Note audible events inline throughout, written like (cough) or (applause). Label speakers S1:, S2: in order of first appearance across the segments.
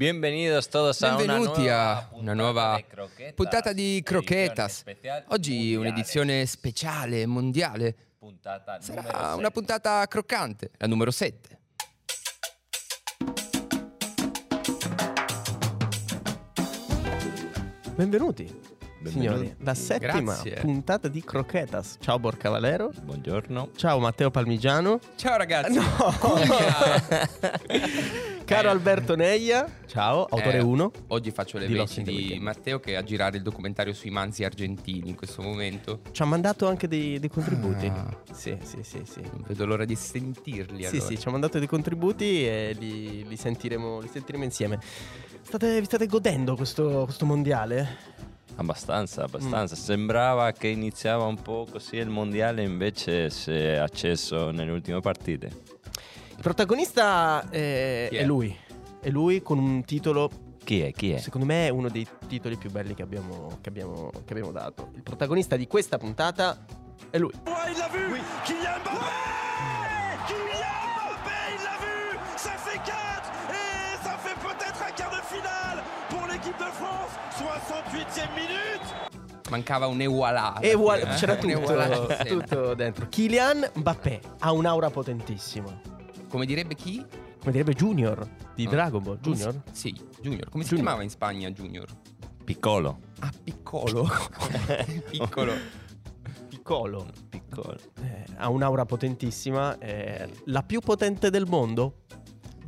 S1: Bienvenidos todos a una
S2: Benvenuti
S1: nuova
S2: a una nuova
S1: puntata di Croquetas,
S2: puntata di
S1: edizione
S2: Croquetas.
S1: speciale
S2: Oggi
S1: mondiale.
S2: un'edizione speciale, mondiale.
S1: Puntata numero
S2: Sarà
S1: sette.
S2: una puntata croccante, la numero 7.
S3: Benvenuti, signori,
S4: Benvenuti.
S3: la settima
S2: Grazie.
S3: puntata di Croquetas. Ciao Borcavalero.
S1: Buongiorno.
S3: Ciao
S2: (laughs)
S3: Matteo Palmigiano.
S2: Ciao ragazzi. (laughs)
S3: Caro Alberto Neglia. Ciao, autore
S2: Eh,
S3: 1.
S2: Oggi faccio le
S3: Di
S2: veci
S3: Lost in the
S2: di
S3: Weekend.
S2: Matteo che è a girare il documentario sui manzi argentini in questo momento.
S3: Ci ha mandato anche dei, dei contributi.
S2: Ah.
S3: Sì, sì, sì, sì.
S2: Non vedo l'ora di sentirli
S3: Sì,
S2: allora.
S3: sì, ci ha mandato dei contributi e li, li sentiremo, li sentiremo insieme. State, vi state godendo questo, questo mondiale?
S2: Mm.
S1: Abbastanza, abbastanza. Sembrava che iniziava un po' così il mondiale, invece si è acceso nelle ultime partite.
S3: Il protagonista eh,
S2: Chi è?
S3: è lui. È lui con un titolo
S1: Chi è? Chi è?
S3: Secondo me è uno dei titoli più belli che abbiamo, che abbiamo- che abbiamo dato. Il protagonista di questa puntata è lui.
S2: Ah, Mancava un Ewalà. alla
S3: E
S2: fine,
S3: vuole-
S2: eh?
S3: c'era
S2: (laughs) Un Ewalà
S3: tutto,
S2: in scena.
S3: tutto dentro. Kylian Mbappé ha un'aura potentissima.
S2: Come direbbe chi?
S3: Come direbbe Junior di
S2: Ah.
S3: Dragon Ball. Junior?
S2: Sì, Junior. Come si
S3: Junior.
S2: chiamava in Spagna Junior?
S1: Piccolo.
S2: Ah, piccolo. (laughs) piccolo.
S3: Piccolo.
S1: (laughs) Piccolo.
S3: Eh, ha un'aura potentissima. eh, la più potente del mondo.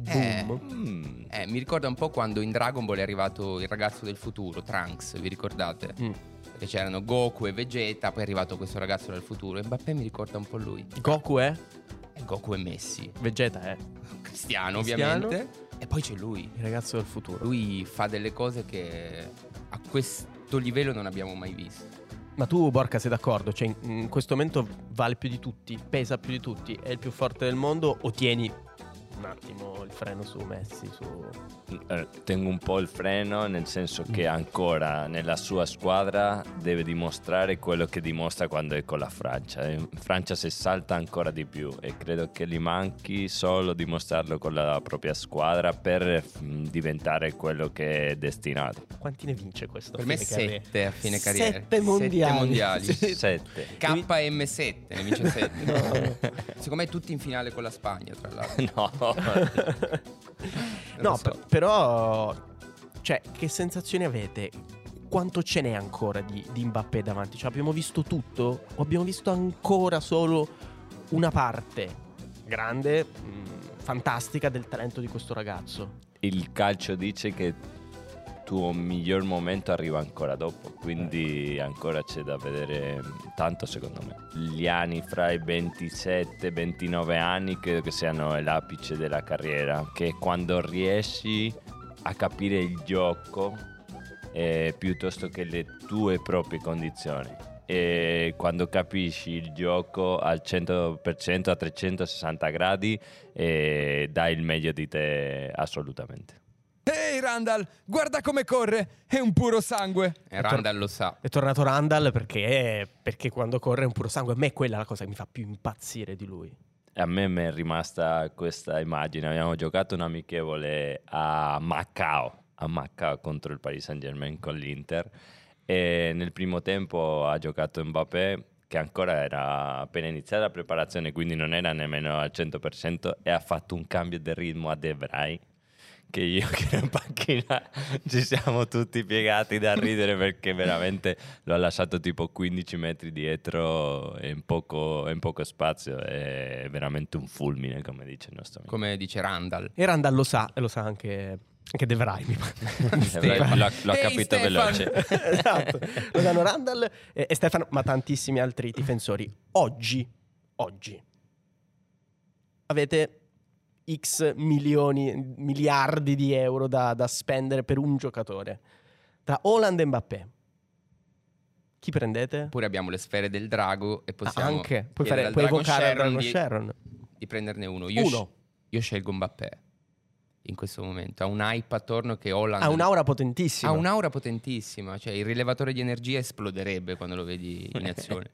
S2: Eh.
S3: Boom.
S1: Mm.
S2: Eh, mi ricorda un po' quando in Dragon Ball è arrivato il ragazzo del futuro, Trunks, vi ricordate?
S3: Mm.
S2: Perché c'erano Goku e Vegeta, poi è arrivato questo ragazzo dal futuro. E Mbappé mi ricorda un po' lui.
S3: Goku è?
S2: E Goku e Messi. (laughs)
S3: Vegeta è.
S2: Cristiano,
S3: Cristiano.
S2: ovviamente. E poi c'è lui.
S3: Il ragazzo del futuro.
S2: Lui fa delle cose che a questo livello non abbiamo mai visto.
S3: Ma tu, Borca, sei d'accordo? Cioè, in, in questo momento vale più di tutti, pesa più di tutti, è il più forte del mondo o tieni un attimo il freno su Messi? Su...
S1: Eh, Tengo un po' il freno, nel senso che ancora nella sua squadra deve dimostrare quello che dimostra quando è con la Francia. In Francia si salta ancora di più e credo che gli manchi solo dimostrarlo con la propria squadra per mm, diventare quello che è destinato.
S3: Quanti ne vince questo?
S2: per me
S3: Fine carriera.
S2: 7 a fine carriera.
S3: Sette mondiali.
S2: Sette mondiali.
S3: (laughs) (laughs) Sì.
S1: Sette. (laughs)
S2: KM7, ne vince 7.
S3: No.
S2: Secondo me tutti in finale con la Spagna, tra l'altro.
S1: No,
S2: Non
S3: No,
S2: lo so.
S3: per- però, cioè, che sensazioni avete? Quanto ce n'è ancora di, di Mbappé davanti? Cioè, abbiamo visto tutto o abbiamo visto ancora solo una parte grande, mh, fantastica del talento di questo ragazzo?
S1: il calcio dice che tuo miglior momento arriva ancora dopo, quindi ancora c'è da vedere mm, tanto secondo me. Gli anni fra i 27 e 29 anni credo che siano l'apice della carriera, che è quando riesci a capire il gioco eh, piuttosto che le tue proprie condizioni. E quando capisci il gioco al 100%, a 360 gradi, eh, dai il meglio di te assolutamente.
S2: Ehi Randall, guarda come corre, è un puro sangue. E Eh, Randall lo sa.
S3: È tornato Randall perché, perché quando corre è un puro sangue. A me quella è la cosa che mi fa più impazzire di lui.
S1: A me mi è rimasta questa immagine. Abbiamo giocato un amichevole a Macao, a Macao contro il Paris Saint Germain con l'Inter. E nel primo tempo ha giocato Mbappé, che ancora era appena iniziata la preparazione, quindi non era nemmeno al 100%, e ha fatto un cambio di ritmo a De Vrij. Che io (laughs) che ero in panchina ci siamo tutti piegati da ridere perché veramente l'ho lasciato tipo 15 metri dietro e in poco, e in poco spazio. È veramente un fulmine, come dice il nostro amico.
S2: Come dice Randall.
S3: E Randall lo sa, e lo sa anche, anche (laughs) De Vrij, mi pare.
S1: L'ho, l'ho
S2: Ehi,
S1: capito
S2: Stefan!
S1: veloce.
S3: (laughs) esatto. Lo sanno Randall e, e Stefano, ma tantissimi altri difensori. Oggi, oggi, avete x milioni, miliardi di euro da, da spendere per un giocatore. Tra Holland e Mbappé, chi prendete?
S2: Oppure abbiamo le sfere del drago e possiamo
S3: Ah, anche puoi,
S2: chiedere
S3: fare,
S2: al
S3: puoi
S2: Dragon
S3: evocare il Dragon
S2: di-
S3: Sharon.
S2: di prenderne uno. Io,
S3: Uno.
S2: io scelgo Mbappé in questo momento. Ha un hype attorno che Holland
S3: Ha un'aura potentissima.
S2: ha un'aura potentissima, cioè il rilevatore di energia esploderebbe quando lo vedi in azione.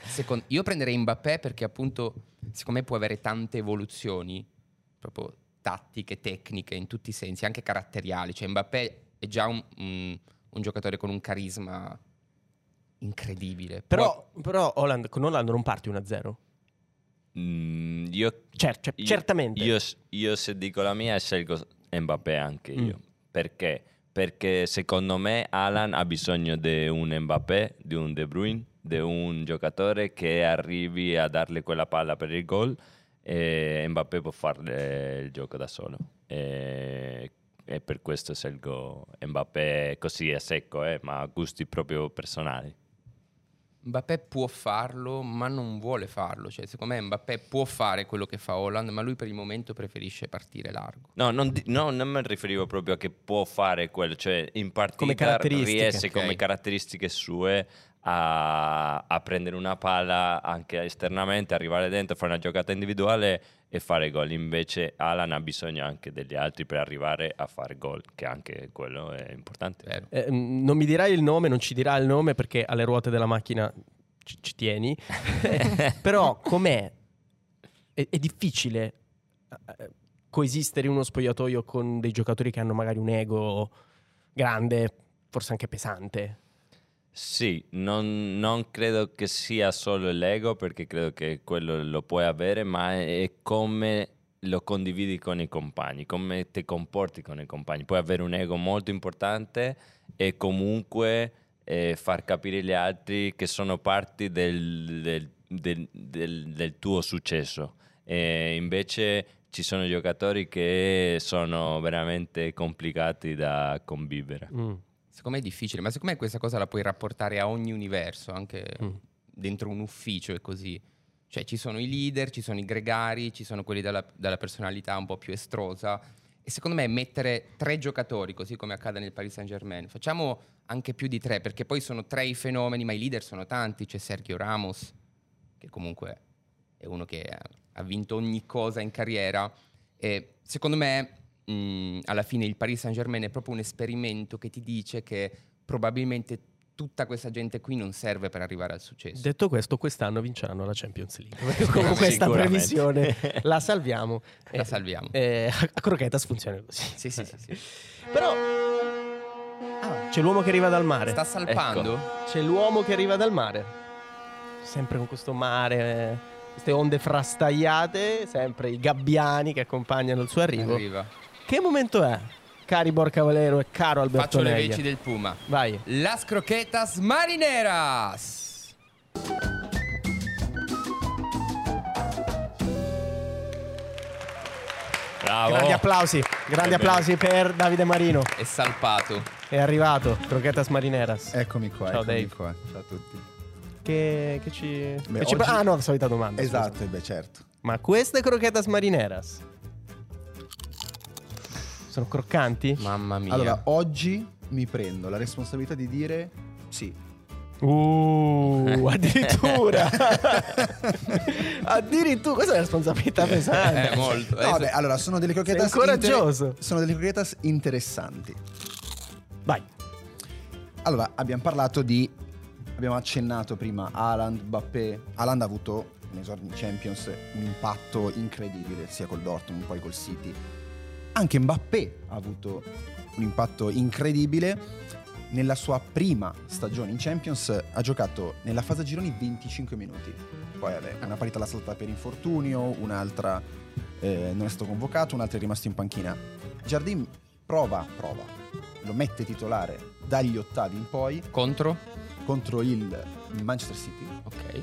S2: Secon- io prenderei Mbappé perché appunto, siccome può avere tante evoluzioni, proprio tattiche, tecniche, in tutti i sensi, anche caratteriali. Cioè Mbappé è già un, un- un giocatore con un carisma incredibile.
S3: Però, però Holland, con Holland non parti 1-0.
S1: Mm, io,
S3: Cer- cioè,
S1: io-
S3: certamente.
S1: Io, io se dico la mia scelgo Mbappé anche
S3: Mm.
S1: io. Perché? Perché secondo me Alan ha bisogno di un Mbappé, di un De Bruyne, di un giocatore che arrivi a darle quella palla per il gol e Mbappé può fare il gioco da solo. E, e per questo scelgo Mbappé così a secco, eh, ma a gusti proprio personali.
S2: Mbappé può farlo, ma non vuole farlo. Cioè, secondo me Mbappé può fare quello che fa Holland, ma lui per il momento preferisce partire largo.
S1: No, non, di- no, non mi riferivo proprio a che può fare quello, cioè in
S3: Come
S1: partita
S3: caratteristiche.
S1: riesce
S2: Ok.
S1: come caratteristiche sue a, a prendere una palla anche esternamente, arrivare dentro, fare una giocata individuale e fare gol. Invece Alan ha bisogno anche degli altri per arrivare a fare gol, che anche quello è importante.
S2: Vero.
S3: Eh, mm, non mi dirai il nome, non ci dirà il nome perché alle ruote della macchina ci, ci tieni. (laughs) Però com'è? È, è difficile eh, coesistere in uno spogliatoio con dei giocatori che hanno magari un ego grande, forse anche pesante.
S1: Sì, non, non credo che sia solo l'ego, perché credo che quello lo puoi avere, ma è come lo condividi con i compagni, come ti comporti con i compagni. Puoi avere un ego molto importante e comunque eh, far capire agli altri che sono parti del, del- del- del- del tuo successo. E invece ci sono giocatori che sono veramente complicati da convivere.
S3: Mm.
S2: Secondo me è difficile, ma secondo me questa cosa la puoi rapportare a ogni universo, anche
S3: Mm.
S2: dentro un ufficio e così. Cioè ci sono i leader, ci sono i gregari, ci sono quelli dalla, dalla personalità un po' più estrosa. E secondo me mettere tre giocatori, così come accade nel Paris Saint Germain, facciamo anche più di tre, perché poi sono tre i fenomeni, ma i leader sono tanti. C'è Sergio Ramos, che comunque è uno che eh, ha vinto ogni cosa in carriera. E secondo me, mh, alla fine, il Paris Saint Germain è proprio un esperimento che ti dice che probabilmente tutta questa gente qui non serve per arrivare al successo.
S3: Detto questo, quest'anno vinceranno la Champions League. Perché Con questa
S1: Sicuramente.
S3: previsione la salviamo.
S2: La
S3: Eh,
S2: salviamo.
S3: eh, a Croquetas funziona così.
S2: Sì, sì, sì. sì.
S3: Però Ah, c'è l'uomo che arriva dal mare.
S2: Sta salpando?
S3: C'è l'uomo che arriva dal mare. Sempre con questo mare, eh, queste onde frastagliate, sempre i gabbiani che accompagnano il suo arrivo.
S2: Arriva.
S3: Che momento è? Cari Borcavalero e caro Alberto
S2: Faccio le
S3: Neglia.
S2: veci del Puma.
S3: Vai.
S2: Las croquetas marineras.
S1: Bravo!
S3: Grandi applausi,
S1: Ebbene.
S3: grandi applausi per Davide Marino.
S2: È salpato.
S3: È arrivato, Croquetas Marineras.
S4: Eccomi qua,
S3: Ciao,
S4: eccomi
S3: Dave.
S4: qua. Ciao a tutti.
S3: Che, che ci...
S4: Beh,
S3: che ci-
S4: oggi-
S3: Ah no, la solita domanda. scusa.
S4: Esatto, beh, certo.
S3: Ma queste Croquetas Marineras sono croccanti?
S2: Mamma mia.
S4: Allora, oggi mi prendo la responsabilità di dire sì.
S3: Uh, addirittura. (laughs) addirittura, questa è una responsabilità pesante.
S2: Eh, molto.
S4: No, vabbè, allora, sono delle croquetas
S3: Sei coraggioso.
S4: inter- sono delle croquetas interessanti.
S3: Vai.
S4: Allora, abbiamo parlato di abbiamo accennato prima Haaland, Mbappé. Haaland ha avuto in esordio in Champions un impatto incredibile, sia col Dortmund, poi col City. Anche Mbappé ha avuto un impatto incredibile. Nella sua prima stagione in Champions ha giocato nella fase a gironi 25 minuti. Poi vabbè, una partita l'ha saltata per infortunio, un'altra eh, non è stato convocato, un'altra è rimasto in panchina. Jardim prova, prova, lo mette titolare dagli ottavi in poi
S2: Contro?
S4: contro il Manchester City.
S2: Ok.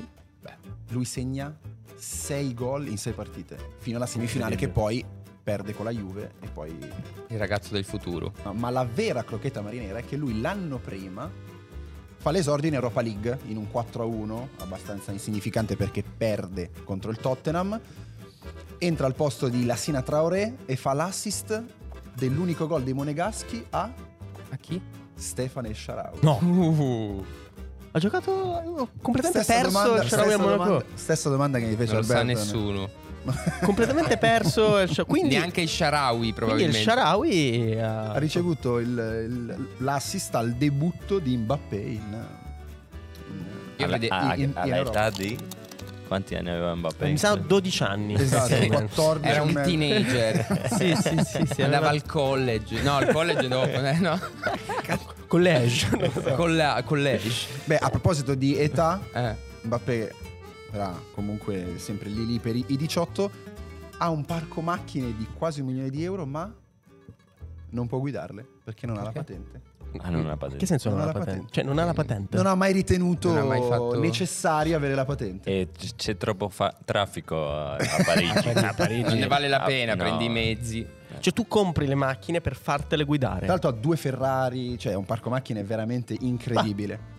S4: Lui segna 6 gol in 6 partite, fino alla semifinale che poi perde con la Juve e poi...
S2: Il ragazzo del futuro.
S4: no, Ma la vera crocchetta marinera è che lui l'anno prima fa l'esordio in Europa League in un 4-1, abbastanza insignificante perché perde contro il Tottenham. Entra al posto di Lassina Traoré e fa l'assist dell'unico gol dei Monegaschi a
S2: A chi?
S4: Stefan El Sharau.
S3: No,
S2: Uh,
S3: ha giocato uh, completamente
S4: Stessa
S3: perso
S4: domanda-
S3: il Sharawi a
S4: stessa
S3: Monaco.
S4: domanda- Stessa domanda che mi fece
S2: non lo sa
S4: Alberto.
S2: nessuno.
S3: Completamente perso il Sharawi. Quindi,
S2: Neanche il Sharawi
S3: quindi il
S2: probabilmente.
S3: Sharawi
S4: (laughs)
S3: eh,
S4: Ha ricevuto il- il- l'assist al debutto di Mbappé in... in-
S2: Io
S1: Alla-
S2: vede- Ah,
S1: a-
S4: in- in
S1: all'età
S4: Europa.
S1: di... Quanti anni aveva Mbappé?
S3: Mi sa 12 anni.
S4: Esatto,
S3: Sì.
S4: 14
S2: Era un
S4: me- (laughs)
S2: teenager.
S3: (laughs) Sì, sì, sì, sì,
S2: Andava
S3: aveva-
S2: al college. No, al college
S3: (laughs)
S2: dopo, eh, no.
S3: College.
S2: (laughs)
S3: non so.
S2: Colla- college.
S4: Beh, a proposito di età,
S2: Eh.
S4: Mbappé era comunque sempre lì lì per i i 18, ha un parco macchine di quasi un milione di euro, ma non può guidarle perché non ha la
S2: Perché?
S4: patente.
S1: Ah, non ha patente.
S3: che senso non, ha la patente? Cioè, non ha la patente.
S4: Non ha mai ritenuto
S2: Non ha mai fatto-
S4: necessario avere la
S3: Eh.
S4: patente.
S1: E c- c'è troppo fa- traffico a a Parigi.
S3: (laughs) A Parigi.
S2: Non ne vale la
S1: Ah,
S2: pena,
S1: no.
S2: prendi i mezzi.
S3: Cioè, tu compri le macchine per fartele guidare.
S4: Tra l'altro ha due Ferrari, cioè è un parco macchine veramente incredibile.
S3: Beh,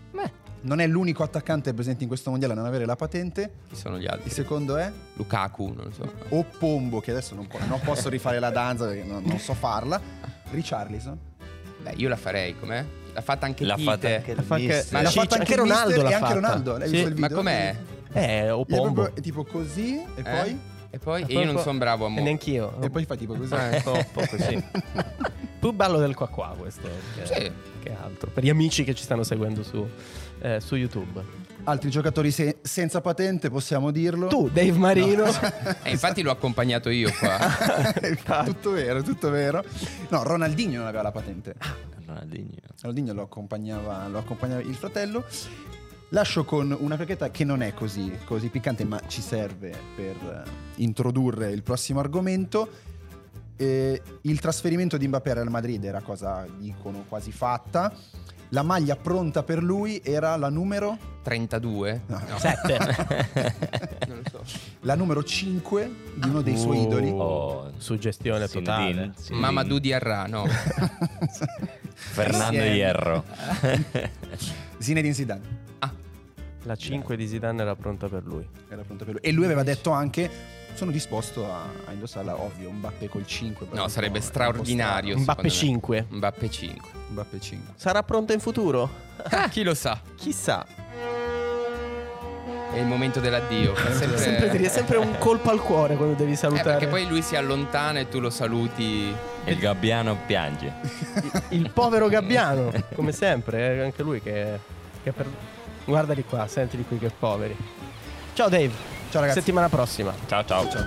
S4: Non è l'unico attaccante presente in questo mondiale a non avere la patente.
S2: Chi sono gli
S4: Il
S2: altri?
S4: secondo è
S2: Lukaku, non lo so.
S4: Opombo, che adesso non, po- non posso rifare la danza perché non, non so farla. Richarlison.
S2: Beh, io la farei, com'è? L'ha fatta anche
S1: L'ha
S2: Tite.
S1: fatta anche
S3: fa anche-
S1: mister.
S3: ma
S4: L'ha
S3: Cicci-
S4: fatta anche
S3: anche
S4: il mister
S3: Ronaldo l'ha
S4: e anche
S3: fatta.
S4: Ronaldo. L'hai
S3: Sì,
S4: visto il
S2: Ma
S4: video?
S2: com'è?
S3: eh, o
S4: Gli è
S3: pombo.
S4: proprio- è tipo così e
S2: Eh?
S4: poi...
S2: E poi? E io non sono bravo a mo.
S3: Neanch'io.
S4: E poi fa tipo così.
S2: Eh.
S3: Un po' così. Più bello del qua qua questo. Che,
S2: Sì.
S3: che altro. Per gli amici che ci stanno seguendo su, eh, su YouTube.
S4: (laughs) Altri giocatori se- senza patente, possiamo dirlo.
S3: Tu, Dave Marino. (laughs)
S2: Eh, infatti l'ho accompagnato io qua.
S4: tutto vero, tutto vero. No, Ronaldinho non aveva la patente.
S1: Ronaldinho.
S4: Ronaldinho lo accompagnava, lo accompagnava il fratello. Lascio con una frechetta che non è così, così piccante, ma ci serve per eh, introdurre il prossimo argomento. Eh, il trasferimento di Mbappé al Real Madrid era cosa dicono quasi fatta. La maglia pronta per lui era la numero
S2: 32? No,
S3: Sette.
S2: non lo so.
S4: (laughs) la numero 5 di uno dei suoi
S3: Oh.
S4: idoli. (laughs)
S1: Oh,
S3: Suggestione
S1: Sindin,
S3: totale.
S1: Sindin.
S2: Mamadou Diarra, no.
S1: Fernando
S2: (laughs)
S4: Sì.
S1: Hierro.
S4: Zinedine Zidane.
S3: La 5 di Zidane era pronta per lui.
S4: Era pronta per lui. E lui aveva detto anche: Sono disposto a, a indossarla, ovvio, un Mbappé col 5. però
S2: No,
S4: un
S2: sarebbe
S4: po'-
S2: straordinario.
S4: un
S3: Mbappé
S2: secondo me.
S3: 5.
S2: Mbappé 5.
S4: po' strano. Mbappé 5.
S3: Sarà pronta in futuro?
S2: Chi lo sa?
S3: Chissà.
S2: Eh. È il momento dell'addio. Fa sempre,
S3: Sempre dire- è sempre un colpo al cuore quando devi
S2: Eh,
S3: salutare.
S2: perché poi lui si allontana e tu lo saluti.
S1: Il gabbiano piange.
S3: Il povero
S2: (laughs)
S3: Gabbiano, (laughs) come sempre, eh, anche lui che, che per... Guardali qua, sentili qui che poveri. Ciao Dave.
S4: Ciao, ragazzi.
S3: Settimana prossima.
S1: Ciao ciao. ciao.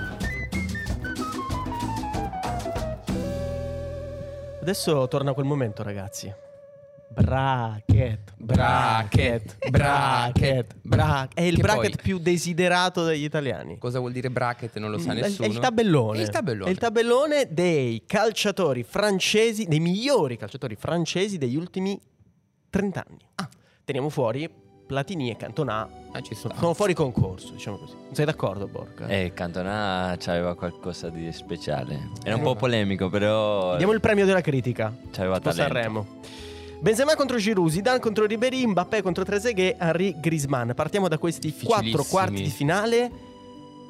S3: Adesso torna quel momento, ragazzi. Bracket, bracket,
S2: Bracket,
S3: bracket, bracket. È il
S2: Che
S3: bracket
S2: poi-
S3: più desiderato dagli italiani.
S2: Cosa vuol dire bracket? Non lo sa
S3: È il-
S2: nessuno.
S3: È il tabellone.
S2: È il tabellone.
S3: È il tabellone dei calciatori francesi, dei migliori calciatori francesi degli ultimi 30 anni. Teniamo fuori Platini e Cantonà.
S2: Ah, ci sono.
S3: Sono fuori concorso, diciamo così. Sei d'accordo, Borca?
S2: Eh,
S1: E Cantona c'aveva qualcosa di speciale. Era un
S2: Eh,
S1: po'
S2: ma-
S1: polemico, però
S3: Diamo il premio della critica.
S1: c'aveva
S3: Tipo
S1: talento.
S3: Sanremo. Benzema contro Giroud, Zidane contro Ribéry, Mbappé contro Trezeguet, Henry Griezmann. Partiamo da questi
S2: Difficilissimi.
S3: quattro quarti di finale.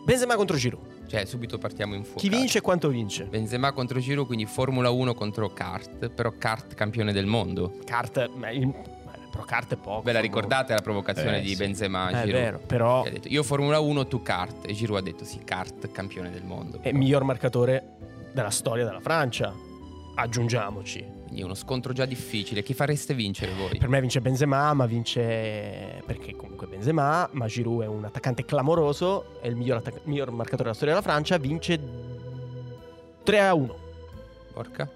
S3: Benzema contro Giroud.
S2: Cioè, subito partiamo in fuoco.
S3: Chi vince e quanto vince?
S2: Benzema contro Giro, quindi Formula 1 contro Kart. Però Kart campione del mondo.
S3: Cart, ma il- però Cart è poco.
S2: Ve la ricordate la provocazione
S1: Eh,
S2: di
S1: sì.
S2: Benzema? a
S3: Eh, È
S2: Giroud?
S3: vero, però
S2: Che ha detto, io Formula 1, tu Kart. E Giro ha detto sì, Kart campione del mondo.
S3: è il miglior marcatore della storia della Francia. Aggiungiamoci.
S2: Quindi uno scontro già difficile. Chi fareste vincere voi?
S3: Per me vince Benzema, ma vince perché comunque Benzema, ma Giroud è un attaccante clamoroso, è il miglior, attac- miglior marcatore della storia della Francia, vince 3 a 1.
S2: Porca.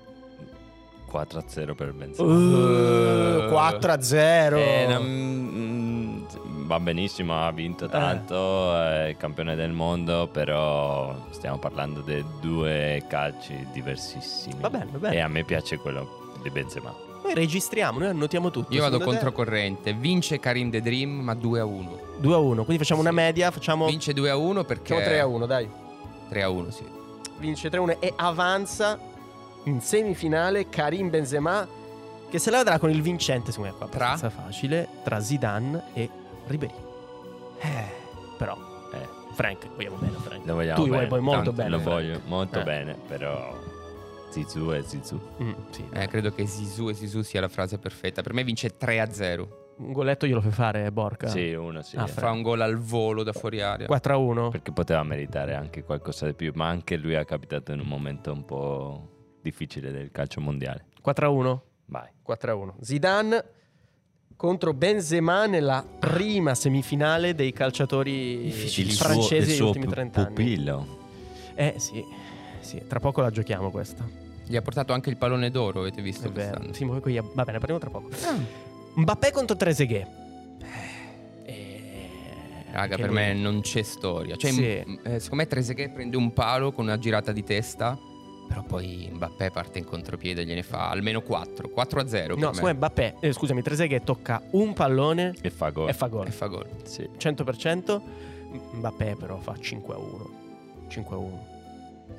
S1: 4 0 per Benzema.
S3: Uh, 4 a 0
S1: Eh, non- mm, va benissimo, ha vinto
S3: Eh.
S1: tanto, è campione del mondo, però stiamo parlando di due calci diversissimi.
S3: Va bene, va bene.
S1: E a me piace quello di Benzema.
S3: Noi registriamo, noi annotiamo tutto
S2: Io vado
S3: Secondo te?
S2: controcorrente. Vince Karim The Dream, ma 2 a 1.
S3: 2 a 1 Quindi facciamo una
S2: Sì.
S3: media Facciamo,
S2: Vince 2 a 1 perché.
S3: facciamo 3 a 1 dai
S2: 3 a 1, sì.
S3: Vince 3 a 1 E avanza in semifinale Karim Benzema Che se la vedrà con il vincente Secondo me qua
S2: Tra?
S3: abbastanza facile Tra Zidane e Ribéry Eh, Però
S1: Eh.
S3: Frank, vogliamo bene a Frank
S1: Lo vogliamo
S3: Tu vuoi
S1: bene,
S3: poi molto
S1: tanto
S3: bene
S1: Lo
S3: Frank.
S1: voglio molto
S3: Eh.
S1: bene, però Zizou è Zizou.
S3: Mm, sì.
S2: Eh, credo che Sisu e Sisu sia la frase perfetta. Per me vince 3 a 0.
S3: Un goletto glielo fai fare Borca
S1: Sì, uno sì.
S3: Ah,
S1: eh.
S2: Fa un gol al volo da fuori aria.
S3: 4 a 1
S1: Perché poteva meritare anche qualcosa di più, ma anche lui ha capitato in un momento un po' difficile del calcio mondiale.
S3: 4 a 1
S1: Vai.
S3: 4 a 1. Zidane contro Benzema nella prima semifinale dei calciatori
S1: Il suo-
S3: francesi
S1: il
S3: degli
S1: suo
S3: ultimi
S1: pu-
S3: 30 anni.
S1: pupillo.
S3: Eh sì, sì, tra poco la giochiamo questa.
S2: Gli ha portato anche il pallone d'oro, avete visto?
S3: È vero.
S2: quest'anno?
S3: Sì, ma poi- vabbè, ne parliamo tra poco. Mbappé contro Trezeguet. Eh,
S2: Raga,
S3: anche
S2: per
S3: lui.
S2: me non c'è storia. Cioè,
S3: Sì.
S2: m- eh, secondo me Trezeguet prende un palo con una girata di testa, però poi Mbappé parte in contropiede e gliene fa almeno 4. 4 a 0
S3: No,
S2: per
S3: secondo me
S2: me.
S3: Mbappé, eh, scusami, Trezeguet tocca un pallone
S1: E fa gol.
S3: e fa gol.
S2: E fa gol.
S1: Sì.
S3: 100%. Mbappé però fa 5 a 1. 5 a 1.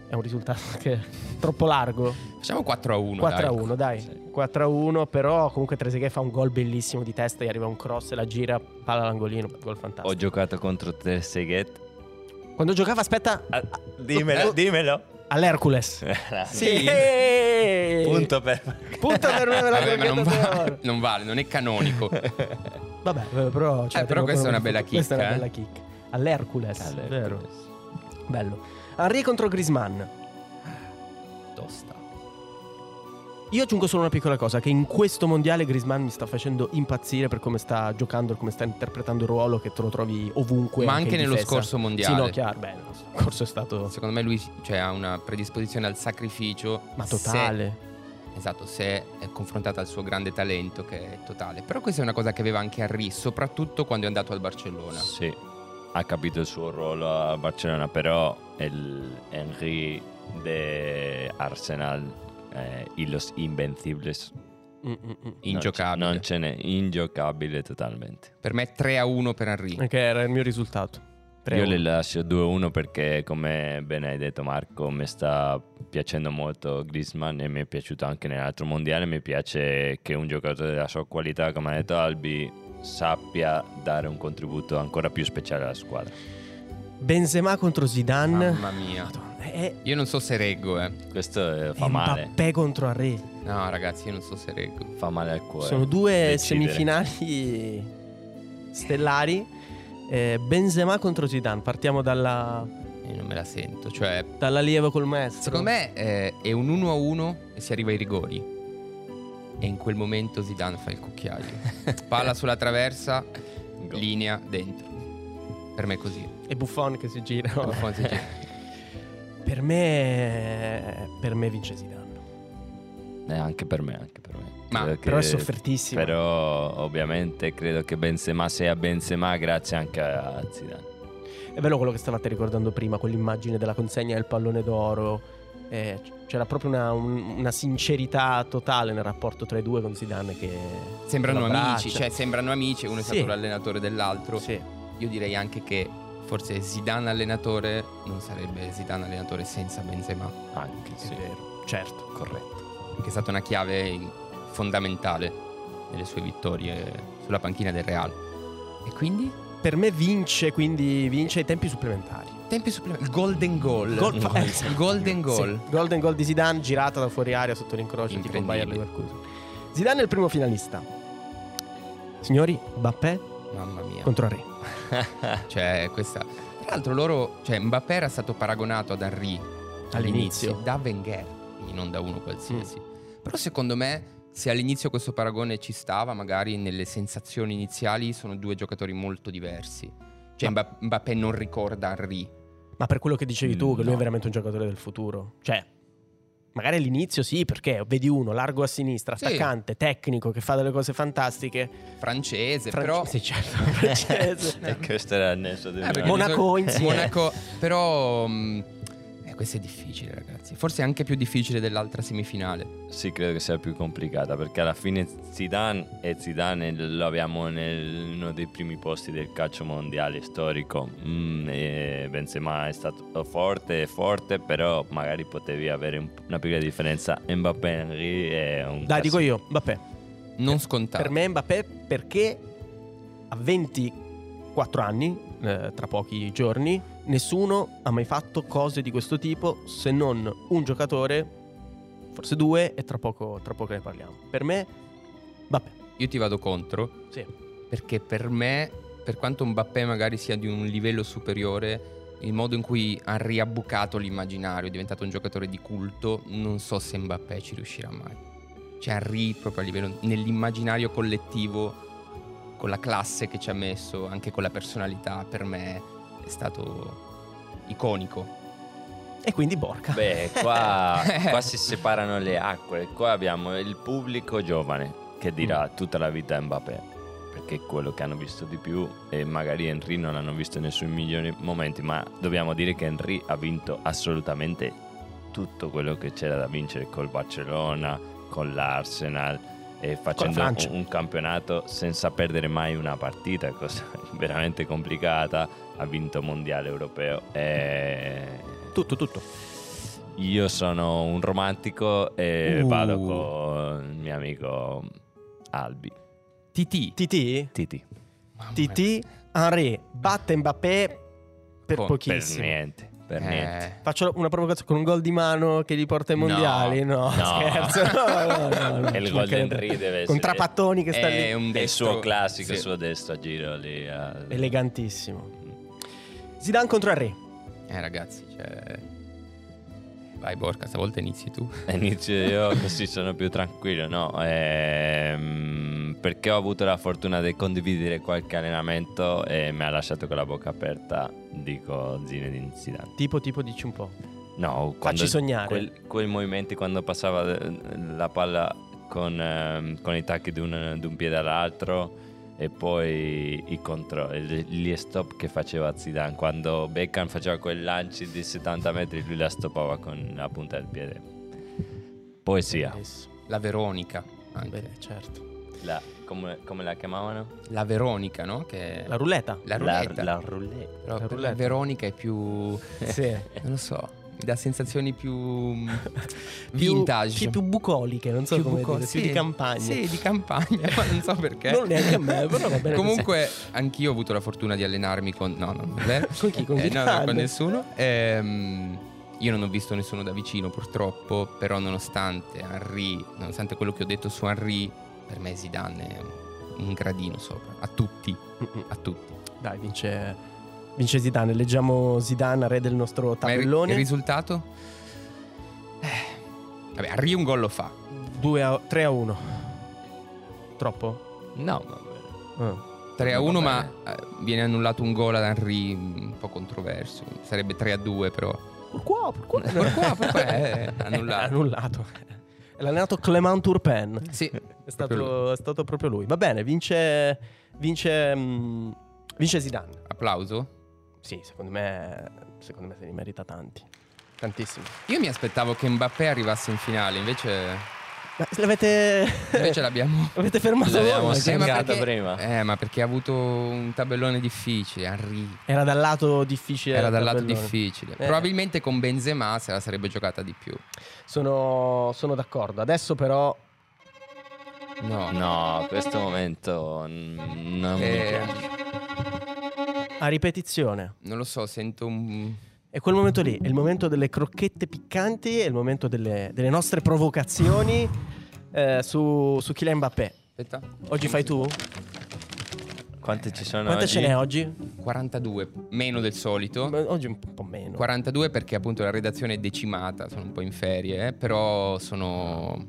S3: È un risultato che è troppo largo.
S2: Facciamo 4 a 1.
S3: 4 a
S2: dai.
S3: 1, dai.
S1: Sì.
S3: 4 a 1, però comunque Trezeguet fa un gol bellissimo di testa, gli arriva un cross, la gira, palla all'angolino, gol fantastico.
S1: Ho giocato contro Ah, Terseguet.
S3: Quando giocava, aspetta,
S1: dimmelo, (laughs)
S3: Eh?
S1: dimmelo.
S3: all'Hercules.
S2: Sì.
S3: Eh!
S1: Punto per...
S3: Punto per me me
S2: (laughs)
S3: la
S2: Vabbè, ma Eh, non,
S3: giocata
S2: va-
S3: d'oro.
S2: non vale, non è
S3: (laughs)
S2: canonico.
S3: Vabbè, eh, però, ce la
S2: Eh, però
S3: teniamo
S2: questa
S3: per
S2: è una
S3: un-
S2: bella
S3: Questa è una
S2: chicca, eh.
S3: bella kick. All'Hercules, vero. Bello. Henry contro Grisman.
S2: Tosta.
S3: Io aggiungo solo una piccola cosa, che in questo mondiale Grisman mi sta facendo impazzire per come sta giocando, come sta interpretando il ruolo, che te lo trovi ovunque.
S2: Ma anche
S3: in
S2: nello
S3: difesa.
S2: scorso mondiale.
S3: Sì, no, chiaro, beh, lo scorso è stato...
S2: Secondo me lui cioè, ha una predisposizione al sacrificio.
S3: Ma
S2: se-
S3: totale.
S2: esatto, se è confrontata al suo grande talento che è totale. Però questa è una cosa che aveva anche Henry, soprattutto quando è andato al Barcellona.
S1: Sì, ha capito il suo ruolo a Barcellona, però il Henry de Arsenal, eh, i Los Invencibles,
S3: Mm, mm, mm.
S2: Ingiocabile.
S1: Non ce n'è, ingiocabile totalmente.
S2: Per me 3 a 1 per Henry.
S3: Che era il mio risultato. Tre
S1: Io
S3: uno.
S1: le lascio 2-1 perché, come ben hai detto Marco, mi sta piacendo molto Griezmann e mi è piaciuto anche nell'altro mondiale. Mi piace che un giocatore della sua qualità, come ha detto Albi, sappia dare un contributo ancora più speciale alla squadra.
S3: Benzema contro Zidane.
S2: Mamma mia.
S3: Madonna, e
S2: Io non so se reggo, eh.
S1: Questo eh, fa male,
S3: Mbappé contro Henry.
S2: No, ragazzi, io non so se reggo.
S1: fa male al cuore.
S3: Sono due
S1: Decidere.
S3: semifinali stellari. Eh, Benzema contro Zidane. Partiamo dalla,
S2: Io non me la sento. Cioè,
S3: dall'allievo col maestro.
S2: secondo me eh, è un 1 a 1 e si arriva ai rigori. E in quel momento Zidane fa il (laughs) cucchiaio. Palla sulla traversa,
S1: Gol.
S2: linea dentro. Per me è così.
S3: E Buffon che si gira.
S2: Buffon si gira.
S3: per me. Per me vince Zidane.
S1: Eh, anche per me, anche per me.
S2: Ma-
S1: Credo
S3: Però è
S1: che-
S3: soffertissimo.
S1: Però ovviamente credo che Benzema sia Benzema grazie anche a Zidane.
S3: È bello quello che stavate ricordando prima, quell'immagine della consegna del pallone d'oro. Eh, c- c'era proprio una, un- una sincerità totale nel rapporto tra i due con Zidane che...
S2: Sembrano
S3: lo abbraccia.
S2: amici, cioè sembrano amici, uno
S3: Sì.
S2: è stato l'allenatore dell'altro.
S3: Sì.
S2: Io direi anche che forse Zidane allenatore non sarebbe Zidane allenatore senza Benzema,
S1: Anche
S3: È
S1: sì.
S3: vero, certo. Corretto.
S2: che è stata una chiave in- fondamentale nelle sue vittorie sulla panchina del Real. E quindi
S3: Per me vince, quindi vince ai tempi supplementari.
S2: tempi supplementari, il golden goal,
S3: Gol- (laughs)
S2: No,
S3: eh,
S2: il golden goal.
S3: Sì, Golden goal di Zidane girata da fuori aria sotto l'incrocio tipo Bayer
S2: Imprendibile.
S3: Leverkusen. Zidane è il primo finalista. Signori, Bappè
S2: Mamma mia.
S3: contro Re.
S2: Cioè, questa Tra l'altro loro, cioè Mbappé era stato paragonato ad Henry
S3: All'inizio.
S2: da Wenger, quindi non da uno qualsiasi.
S3: Mm.
S2: Però secondo me se all'inizio questo paragone ci stava, magari nelle sensazioni iniziali sono due giocatori molto diversi. Cioè Mba- Mbappé non ricorda Henry.
S3: Ma per quello che dicevi tu, che lui
S2: No.
S3: è veramente un giocatore del futuro. Cioè, magari all'inizio sì, perché vedi uno largo a sinistra,
S2: Sì.
S3: attaccante, tecnico, che fa delle cose fantastiche.
S2: Francese,
S3: Fran-
S2: però (laughs)
S3: Sì, certo, (laughs) francese.
S1: (laughs) e questo era il nesso del
S2: Eh, perché
S1: mio-
S3: Monaco
S2: bisogna-
S3: insieme.
S2: Monaco, però mh, eh, questo è difficile, ragazzi. Forse è anche più difficile dell'altra semifinale.
S1: Sì, credo che sia più complicata perché alla fine Zidane e Zidane lo abbiamo in uno dei primi posti del calcio mondiale storico. Mm, e Benzema è stato forte, forte, però magari potevi avere un- una piccola differenza. Mbappé Henry è un
S3: Dai, dico
S1: casino.
S3: io, Mbappé.
S2: Non scontato.
S3: Per me Mbappé perché a 24 anni, eh, tra pochi giorni, nessuno ha mai fatto cose di questo tipo se non un giocatore, forse due, e tra poco, tra poco ne parliamo. Per me, Mbappé.
S2: Io ti vado contro
S3: Sì.
S2: perché per me, per quanto Mbappé magari sia di un livello superiore, il modo in cui ha riabbucato l'immaginario, è diventato un giocatore di culto, non so se Mbappé ci riuscirà mai. Cioè Henry proprio a livello nell'immaginario collettivo con la classe che ci ha messo, anche con la personalità, per me è stato iconico.
S3: E quindi Borca.
S1: Beh,
S3: (laughs)
S1: qua, qua si separano le acque. Qua abbiamo il pubblico giovane che dirà tutta la vita Mbappé. Perché è quello che hanno visto di più e magari Henry non hanno visto nei suoi migliori momenti, ma dobbiamo dire che Henry ha vinto assolutamente tutto quello che c'era da vincere col Barcellona, con l'Arsenal, e facendo un,
S3: Francia.
S1: un campionato senza perdere mai una partita, (laughs) cosa veramente complicata. Ha vinto mondiale europeo. E...
S3: Tutto, tutto.
S1: Io sono un romantico e
S2: Uh.
S1: vado con il mio amico Albi.
S2: TT.
S3: TT?
S1: Titi.
S2: Mamma mia.
S3: TT, Henry, batte Mbappé per
S2: Po-
S1: Per
S3: pochissimo.
S1: niente, per niente.
S2: Eh,
S3: Faccio una provocazione con un gol di mano che li porta ai
S2: No,
S3: mondiali? No,
S1: no.
S3: scherzo. No, no,
S1: (laughs)
S3: no, no,
S1: E il
S3: ci
S1: gol di
S3: mancherebbe.
S1: Henry deve
S3: Con
S1: essere- Eh,
S3: Trapattoni che sta
S2: è
S3: lì.
S2: un
S1: È il
S2: destro-
S1: suo classico, il
S2: sì.
S1: suo destro a giro lì. al-
S3: Elegantissimo. Zidane contro Henry.
S2: Eh ragazzi, cioè... Vai Borca, stavolta inizi tu.
S1: Inizio io così sono più tranquillo, no? Ehm, perché ho avuto la fortuna di condividere qualche allenamento e mi ha lasciato con la bocca aperta, dico Zinedine Zidane.
S3: Tipo, tipo, dici un po'.
S1: No, quando-
S3: Facci sognare.
S1: Quel, quei movimenti quando passava eh, la palla con, ehm, con i tacchi di un, di un piede all'altro e poi i controlli, gli stop che faceva Zidane quando Beckham faceva quel lanci di 70 metri lui la stoppava con la punta del piede poesia
S3: Bellissimo.
S2: La Veronica, ah. anche.
S3: Beh, certo.
S1: La- come, come la chiamavano?
S2: La Veronica, no? Che...
S3: La rouletta.
S2: La
S1: la,
S2: rouletta.
S1: la roulette
S2: Però
S3: la
S2: per
S3: roulette.
S2: la Veronica è più...
S3: (laughs) Sì.
S2: non lo so, mi dà sensazioni (laughs) più mm,
S3: Più-
S2: vintage.
S3: sì, più bucoliche, non so
S2: Più
S3: come
S2: buco-
S3: dire, più di campagna.
S2: Sì, di (laughs) campagna, ma non so perché.
S3: Non neanche a me, però va bene
S2: Comunque, anch'io ho avuto la fortuna di allenarmi con... No, no, non è vero.
S3: Con (laughs) chi? Con
S2: Eh, no, no,
S3: Zidane?
S2: con nessuno. Ehm, io non ho visto nessuno da vicino, purtroppo, però nonostante Henry, nonostante quello che ho detto su Henry, per me Zidane è un gradino sopra, a tutti,
S3: Mm-mm.
S2: a tutti.
S3: Ah, Dai, vince, vince Zidane. Leggiamo Zidane, re del nostro
S2: Ma il,
S3: tabellone.
S2: il risultato? Eh, Vabbè, Henry un gol lo fa.
S3: 2 a 3 a 1. Troppo?
S1: no vabbè.
S3: Ah.
S2: 3 a
S1: Va
S2: 1,
S1: bene.
S2: ma eh, viene annullato un gol ad Henry un po' controverso. Sarebbe 3 a 2, però.
S3: Pourquoi? Pourquoi?
S2: Per qua, per
S3: (laughs)
S2: qua, eh,
S3: Eh,
S2: annullato.
S3: annullato. È l'allenato Clement Turpin.
S2: Sì,
S3: È stato, è stato proprio lui. Va bene, vince. Vince. mm, vince Zidane.
S2: applauso.
S3: Sì, secondo me. Secondo me se li merita tanti. Tantissimi.
S2: Io mi aspettavo che Mbappé arrivasse in finale, invece,
S3: Ma se l'avete.
S1: (laughs)
S2: invece
S3: (laughs)
S2: l'abbiamo.
S3: L'avete fermato
S1: L'avevamo
S3: voi?
S1: segnato.
S2: ma
S1: mancato prima.
S2: Eh, ma perché ha avuto un tabellone difficile, Henry.
S3: Era dal lato difficile.
S2: Era dal lato
S3: tabellone.
S1: Eh.
S2: difficile. Probabilmente con Benzema se la sarebbe giocata di più.
S3: Sono, sono d'accordo. Adesso, però,
S2: No,
S1: no questo momento mm, non mi
S2: Eh,
S1: piace
S3: a ripetizione.
S2: non lo so, sento un...
S3: È quel momento lì, è il momento delle crocchette piccanti, è il momento delle, delle nostre provocazioni eh, su, su Kylian Mbappé.
S2: Aspetta.
S3: Oggi fai tu?
S1: quante ci sono
S3: Quante
S1: oggi?
S3: ce n'è oggi?
S2: 42, meno del solito.
S3: Ma Oggi un po' meno.
S2: 42 perché appunto la redazione è decimata, sono un po' in ferie, eh, però sono...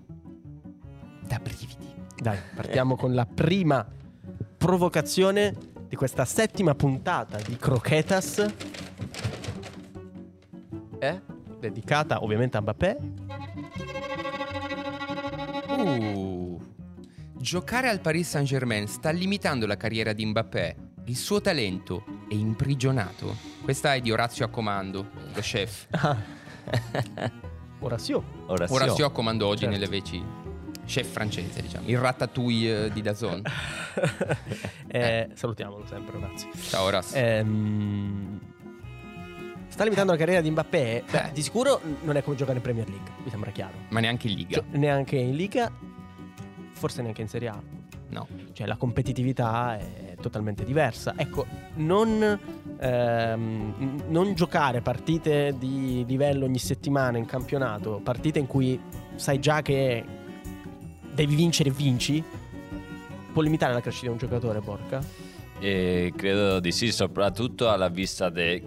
S2: Da brividi.
S3: Dai, partiamo con la prima provocazione di questa settima puntata di Croquetas. Eh? Dedicata ovviamente a Mbappé.
S2: Uh. Giocare al Paris Saint-Germain sta limitando la carriera di Mbappé. Il suo talento è imprigionato. Questa è di Orazio a comando, lo chef.
S3: Ora sì. oh.
S1: Orazio.
S2: Orazio a comando oggi
S3: Certo.
S2: nelle veci. Chef francese, diciamo. Il ratatouille eh, di
S3: (laughs)
S2: Dazon.
S3: (laughs) Eh, salutiamolo sempre, grazie.
S2: Ciao Orazio.
S3: Eh. Ehm, sta limitando la carriera di Mbappé. Beh,
S2: Eh.
S3: di sicuro non è come giocare in Premier League, mi sembra chiaro.
S2: Ma neanche in Liga.
S3: Cioè, neanche in Liga, forse neanche in Serie A.
S2: No.
S3: Cioè, la competitività è totalmente diversa. Ecco, non, ehm, non giocare partite di livello ogni settimana in campionato, partite in cui sai già che devi vincere e vinci, può limitare la crescita di un giocatore, porca.
S1: E credo di sì, soprattutto alla vista di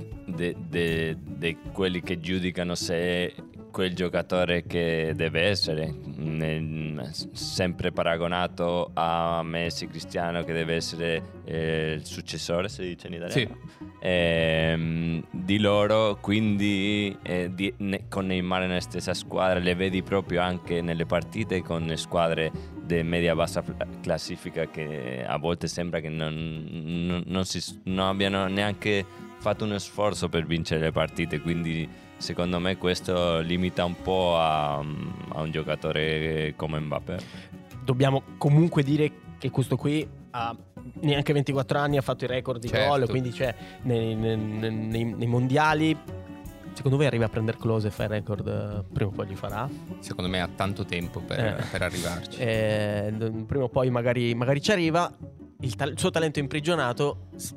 S1: quelli che giudicano se è quel giocatore che deve essere. Nel- mm, s- sempre paragonato a Messi Cristiano che deve essere eh, il successore, si dice
S3: eh.
S1: in italiano, Ehm, di loro, quindi eh, di- ne- con Neymar nella stessa squadra, le vedi proprio anche nelle partite con le squadre di media-bassa fl- classifica che a volte sembra che non, non- non si s- non abbiano neanche fatto uno sforzo per vincere le partite, quindi secondo me questo limita un po' a, a un giocatore come Mbappé.
S3: Dobbiamo comunque dire che questo qui ha neanche 24 anni, ha fatto i record di
S2: Certo.
S3: gol, quindi c'è nei, nei- nei- nei mondiali. Secondo voi arriva a prendere close e fa il record? eh, Prima o poi li farà?
S2: Secondo me ha tanto tempo per,
S3: Eh.
S2: per arrivarci.
S3: Eh, d- prima o poi magari, magari ci arriva. Il, tal- il suo talento è imprigionato, s-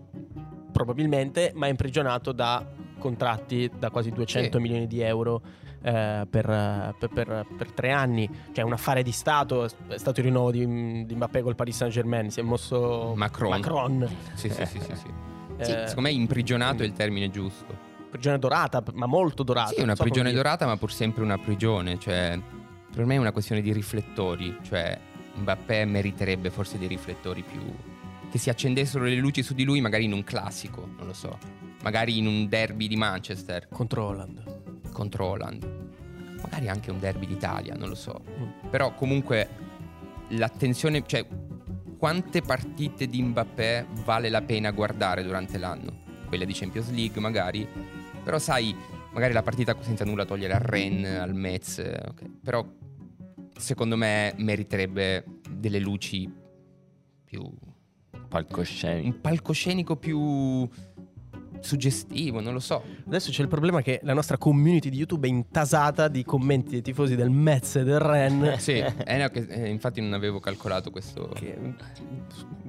S3: probabilmente, ma è imprigionato da contratti da quasi 200
S2: Sì.
S3: milioni di euro eh, per, eh, per- per- per tre anni. Cioè, un affare di Stato. È stato il rinnovo di, di Mbappé col Paris Saint Germain. Si è mosso
S2: Macron.
S3: Macron.
S2: Sì, sì, sì, sì, sì.
S3: Eh, mm,
S2: Sì, secondo me imprigionato è il termine giusto.
S3: prigione dorata, p- ma molto dorata.
S2: Sì, una
S3: Ah, non so
S2: prigione
S3: come dire.
S2: dorata, ma pur sempre una prigione. Cioè, per me è una questione di riflettori. Cioè, Mbappé meriterebbe forse dei riflettori più. che si accendessero le luci su di lui, magari in un classico, non lo so. Magari in un derby di Manchester
S3: Contro Holland.
S2: contro Holland. Magari anche un derby d'Italia, non lo so.
S3: Mm.
S2: Però comunque l'attenzione. cioè, quante partite di Mbappé vale la pena guardare durante l'anno? Quelle di Champions League, magari. Però sai, magari la partita senza nulla togliere al Rennes, al Metz, eh, ok. però secondo me meriterebbe delle luci più...
S1: Palcoscenico.
S2: un palcoscenico più suggestivo, non lo so.
S3: Adesso c'è il problema che la nostra community di YouTube è intasata di commenti dei tifosi del Metz e del Ren.
S2: Sì, eh, no, che- eh, infatti non avevo calcolato questo...
S3: Che-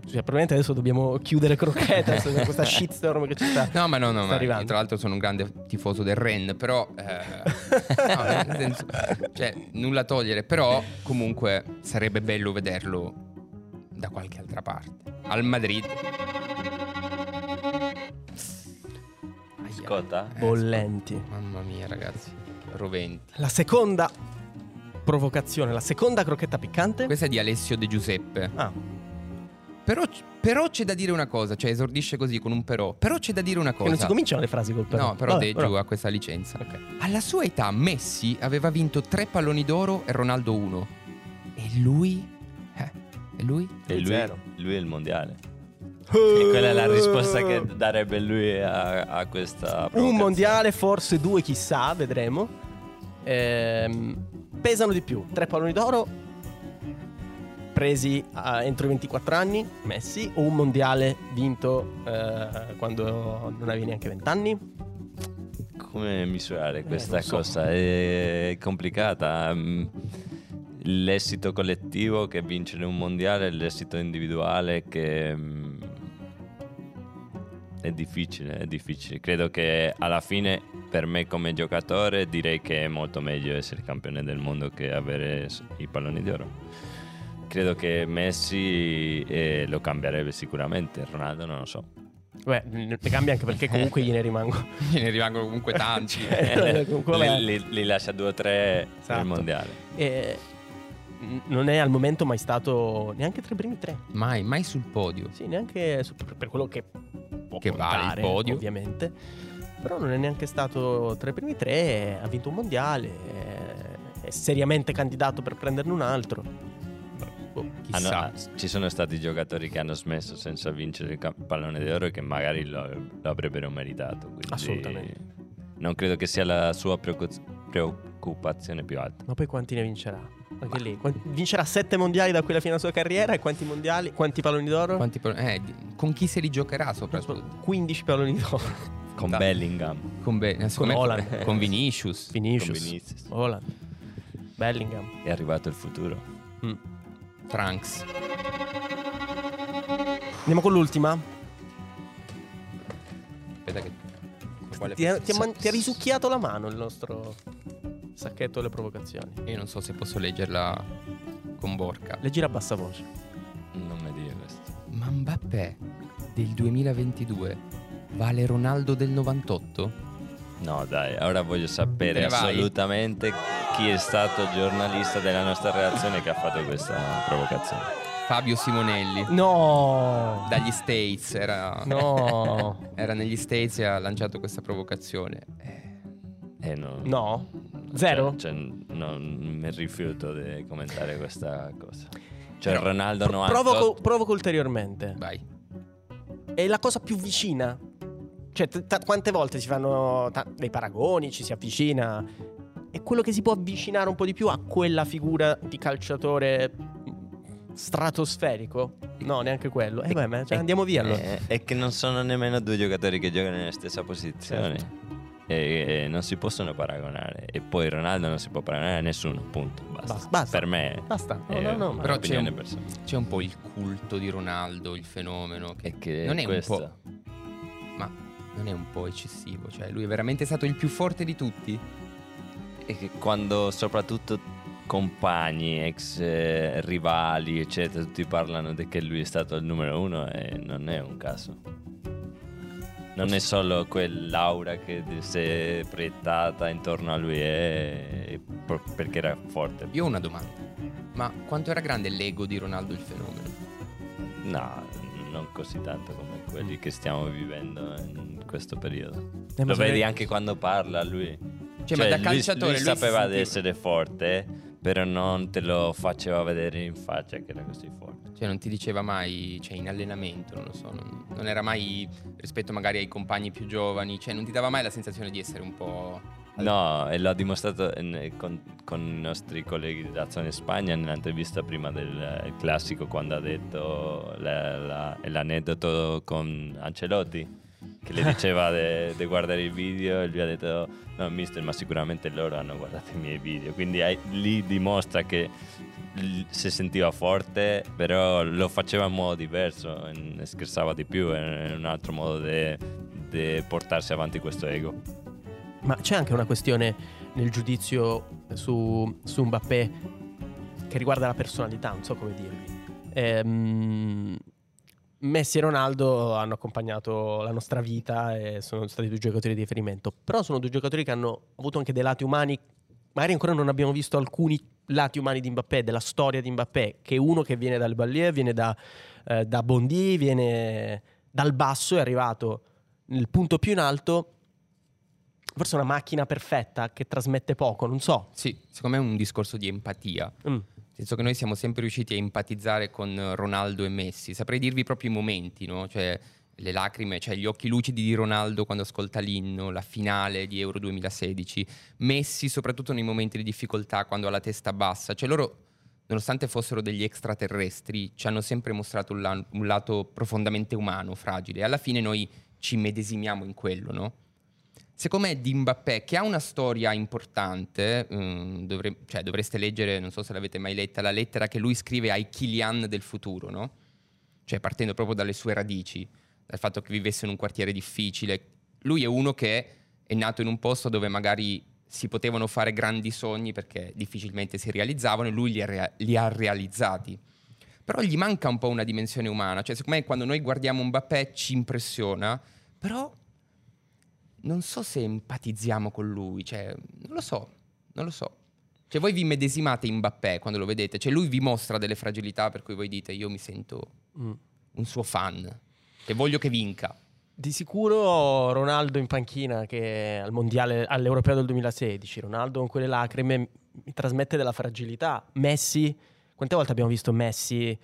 S3: cioè, probabilmente adesso dobbiamo chiudere
S2: (laughs)
S3: crocchetta su questa shitstorm che ci sta.
S2: No, ma no, no,
S3: sta
S2: ma io,
S3: arrivando.
S2: tra l'altro sono un grande tifoso del Ren, però... eh, no, nel senso, cioè, nulla a togliere, però comunque sarebbe bello vederlo da qualche altra parte. Al Madrid.
S1: Scotta?
S3: Bollenti.
S2: Mamma mia, ragazzi, roventi.
S3: La seconda provocazione, la seconda crocchetta piccante.
S2: Questa è di Alessio De Giuseppe.
S3: Ah,
S2: Però, però c'è da dire una cosa, cioè esordisce così con un però. Però c'è da dire una
S3: che
S2: cosa.
S3: non si cominciano le frasi col però.
S2: No, però
S3: Vabbè,
S2: De
S3: però-
S2: Giù ha questa licenza.
S3: Ok.
S2: Alla sua età Messi aveva vinto tre palloni d'oro e Ronaldo uno. E lui? Eh, e lui? (laughs)
S1: E lui,
S3: Zero.
S1: lui è il mondiale. E quella è la risposta che
S3: Oh.
S1: darebbe lui a, a questa
S3: Un
S1: provocazione.
S3: mondiale, forse due, chissà, vedremo. Ehm, pesano di più. Tre palloni d'oro presi a- entro i 24 anni, messi, o un mondiale vinto eh, quando non avevi neanche 20 anni.
S1: Come misurare questa
S3: Eh, non so.
S1: cosa? È complicata. Mm, L'esito collettivo che vincere un mondiale, l'esito individuale che... mm, È difficile, è difficile. Credo che alla fine, per me come giocatore, direi che è molto meglio essere campione del mondo che avere s- i palloni d'oro. Credo che Messi eh, lo cambierebbe sicuramente, Ronaldo non lo
S3: (laughs)
S1: so.
S3: Beh, ne ne cambia anche perché comunque gliene rimango.
S2: ne rimangono comunque
S3: (laughs)
S2: tanti.
S3: Cioè,
S1: Eh,
S3: comunque, vabbè.
S1: li, (laughs) li- li lascia 2-3
S3: (laughs) Esatto.
S1: al mondiale.
S3: E n- non è al momento mai stato neanche tra i primi tre.
S2: Mai, mai sul podio.
S3: Sì, neanche su- per per quello che può
S2: Che vale il
S3: contare,
S2: podio.
S3: ovviamente. Però non è neanche stato tra i primi tre, ha vinto un mondiale, è- è seriamente candidato per prenderne un altro. Boh.
S1: Hanno- ah,
S2: Chissà.
S1: ci sono stati giocatori che hanno smesso senza vincere il ca- pallone d'oro e che magari lo, lo avrebbero meritato. quindi
S3: Assolutamente.
S1: Non credo che sia la sua preocu- preoccupazione più alta.
S3: Ma poi quanti ne vincerà? Anche lì, quan- vincerà sette mondiali da qui alla fine della sua carriera e quanti mondiali, quanti palloni d'oro?
S2: Quanti pro- eh, di- con chi se li giocherà soprattutto?
S3: 15 palloni d'oro.
S1: Con
S2: Da-
S1: Bellingham,
S2: Con, Be- eh, secondo me-
S3: Haaland. (laughs)
S2: con Vinicius.
S1: con
S3: Vinicius,
S1: Vinicius.
S3: Holland, Bellingham. Mm.
S1: È arrivato il futuro.
S2: Franks.
S3: Andiamo con l'ultima.
S2: Aspetta che... quale-
S3: Ti ha, ti ha man-
S2: sa-
S3: ti ha risucchiato la mano il nostro sacchetto delle provocazioni.
S2: Io non so se posso leggerla con Borca.
S3: Le gira a bassa voce.
S1: Non mi dire questo.
S2: Ma Mbappé del 2022 vale Ronaldo del 98?
S1: No, dai, ora voglio sapere
S2: Te ne vai?
S1: assolutamente chi è stato giornalista della nostra redazione che ha fatto questa provocazione.
S2: Fabio Simonelli
S3: No,
S2: dagli States era,
S3: no,
S2: (laughs) era negli States e ha lanciato questa provocazione.
S1: Eh, no.
S3: no. Zero?
S1: Cioè, cioè, no, mi rifiuto di commentare questa cosa. Cioè, Ronaldo
S3: Pro-
S1: 98
S3: provoco, provoco ulteriormente.
S2: Vai.
S3: È la cosa più vicina. Cioè, t- t- quante volte si fanno ta- dei paragoni, ci si avvicina. È quello che si può avvicinare un po' di più a quella figura di calciatore stratosferico. No, neanche quello. E beh, ma cioè, andiamo via allora.
S1: Eh, È che non sono nemmeno due giocatori che giocano nella stessa posizione.
S2: Certo.
S1: E, e non si possono paragonare. E poi Ronaldo non si può paragonare a nessuno. Punto. Basta.
S3: Basta, basta.
S1: Per me.
S3: Basta. No,
S1: è
S3: no, no, ma-
S2: Però c'è
S1: un'opinione
S2: un-
S1: personale.
S2: C'è un po' il culto di Ronaldo, il fenomeno, che
S1: È che
S2: Non è un
S1: questo.
S2: po'. Ma non è un po' eccessivo, cioè lui è veramente stato il più forte di tutti.
S1: E che quando soprattutto compagni, ex eh, rivali, eccetera, tutti parlano di che lui è stato il numero uno e non è un caso. Non è solo quell'aura che di- si è proiettata intorno a lui è- è pro- perché era forte.
S2: Io ho una domanda. Ma quanto era grande l'ego di Ronaldo il fenomeno?
S1: No, non così tanto come quelli che stiamo vivendo in questo periodo.
S3: Eh, ma
S1: Lo
S3: se-
S1: vedi anche quando parla lui.
S2: Cioè, ma da
S1: lui-
S2: calciatore
S1: lui,
S2: lui si
S1: sapeva di
S2: sentiva-
S1: essere forte, però non te lo faceva vedere in faccia che era così forte.
S2: Cioè non ti diceva mai, cioè in allenamento, non lo so, non, non era mai rispetto magari ai compagni più giovani, cioè non ti dava mai la sensazione di essere un po'...
S1: No, e l'ha dimostrato in- con, con i nostri colleghi di Dazzone Spagna nell'intervista prima del eh, classico quando ha detto la- la- l'aneddoto con Ancelotti che le diceva di guardare il video e lui ha detto no mister ma sicuramente loro hanno guardato i miei video quindi hai- lì dimostra che l- si sentiva forte però lo faceva in modo diverso in- scherzava di più è un altro modo di portarsi avanti questo ego
S3: Ma c'è anche una questione nel giudizio su, su Mbappé che riguarda la personalità, non so come dirvi. Ehm, Messi e Ronaldo hanno accompagnato la nostra vita e sono stati due giocatori di riferimento, però sono due giocatori che hanno avuto anche dei lati umani, magari ancora non abbiamo visto alcuni lati umani di Mbappé, della storia di Mbappé, che è uno che viene dal Ballier, viene da, eh, da Bondi, viene dal basso, è arrivato nel punto più in alto forse una macchina perfetta che trasmette poco, non so.
S2: Sì, secondo me è un discorso di empatia.
S3: Mm.
S2: Nel senso che noi siamo sempre riusciti a empatizzare con Ronaldo e Messi. Saprei dirvi proprio i momenti, no? Cioè, le lacrime, cioè gli occhi lucidi di Ronaldo quando ascolta l'inno, la finale di Euro 2016, Messi soprattutto nei momenti di difficoltà, quando ha la testa bassa. Cioè loro, nonostante fossero degli extraterrestri, ci hanno sempre mostrato un, la- un lato profondamente umano, fragile. E alla fine noi ci medesimiamo in quello, no? Secondo me di Mbappé, che ha una storia importante, mm, dovre- cioè, dovreste leggere, non so se l'avete mai letta, la lettera che lui scrive ai Kilian del futuro, no? Cioè partendo proprio dalle sue radici, dal fatto che vivesse in un quartiere difficile. Lui è uno che è nato in un posto dove magari si potevano fare grandi sogni perché difficilmente si realizzavano e lui li ha, rea- li ha realizzati. Però gli manca un po' una dimensione umana, cioè secondo me quando noi guardiamo Mbappé ci impressiona, però non so se empatizziamo con lui, cioè, non lo so, non lo so. Cioè, voi vi medesimate in Mbappé quando lo vedete, cioè lui vi mostra delle fragilità per cui voi dite io mi sento
S3: Mm.
S2: un suo fan, che voglio che vinca.
S3: Di sicuro Ronaldo in panchina che al mondiale, all'Europeo del 2016, Ronaldo con quelle lacrime mi trasmette della fragilità. Messi, quante volte abbiamo visto Messi?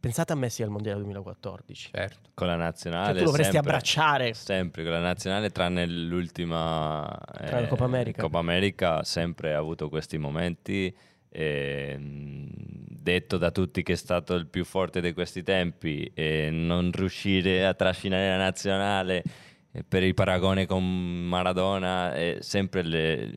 S3: Pensate a Messi al mondiale 2014.
S2: Certo.
S1: Con la
S3: Cioè,
S1: nazionale.
S3: tu lo dovresti
S1: sempre.
S3: abbracciare.
S1: Sempre con la nazionale, tranne l'ultima eh,
S3: Tranne la Coppa America.
S1: Coppa America, sempre ha avuto questi momenti. ehm, detto da tutti che è stato il più forte di questi tempi, e non riuscire a trascinare la nazionale eh, per il paragone con Maradona, eh, sempre le-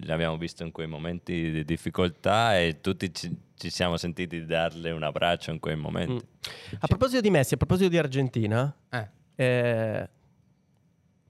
S1: l'abbiamo visto in quei momenti di difficoltà e tutti ci, ci siamo sentiti darle un abbraccio in quei momenti.
S3: Mm.
S1: Cioè,
S3: A proposito di Messi, a proposito di Argentina,
S2: Eh,
S3: eh,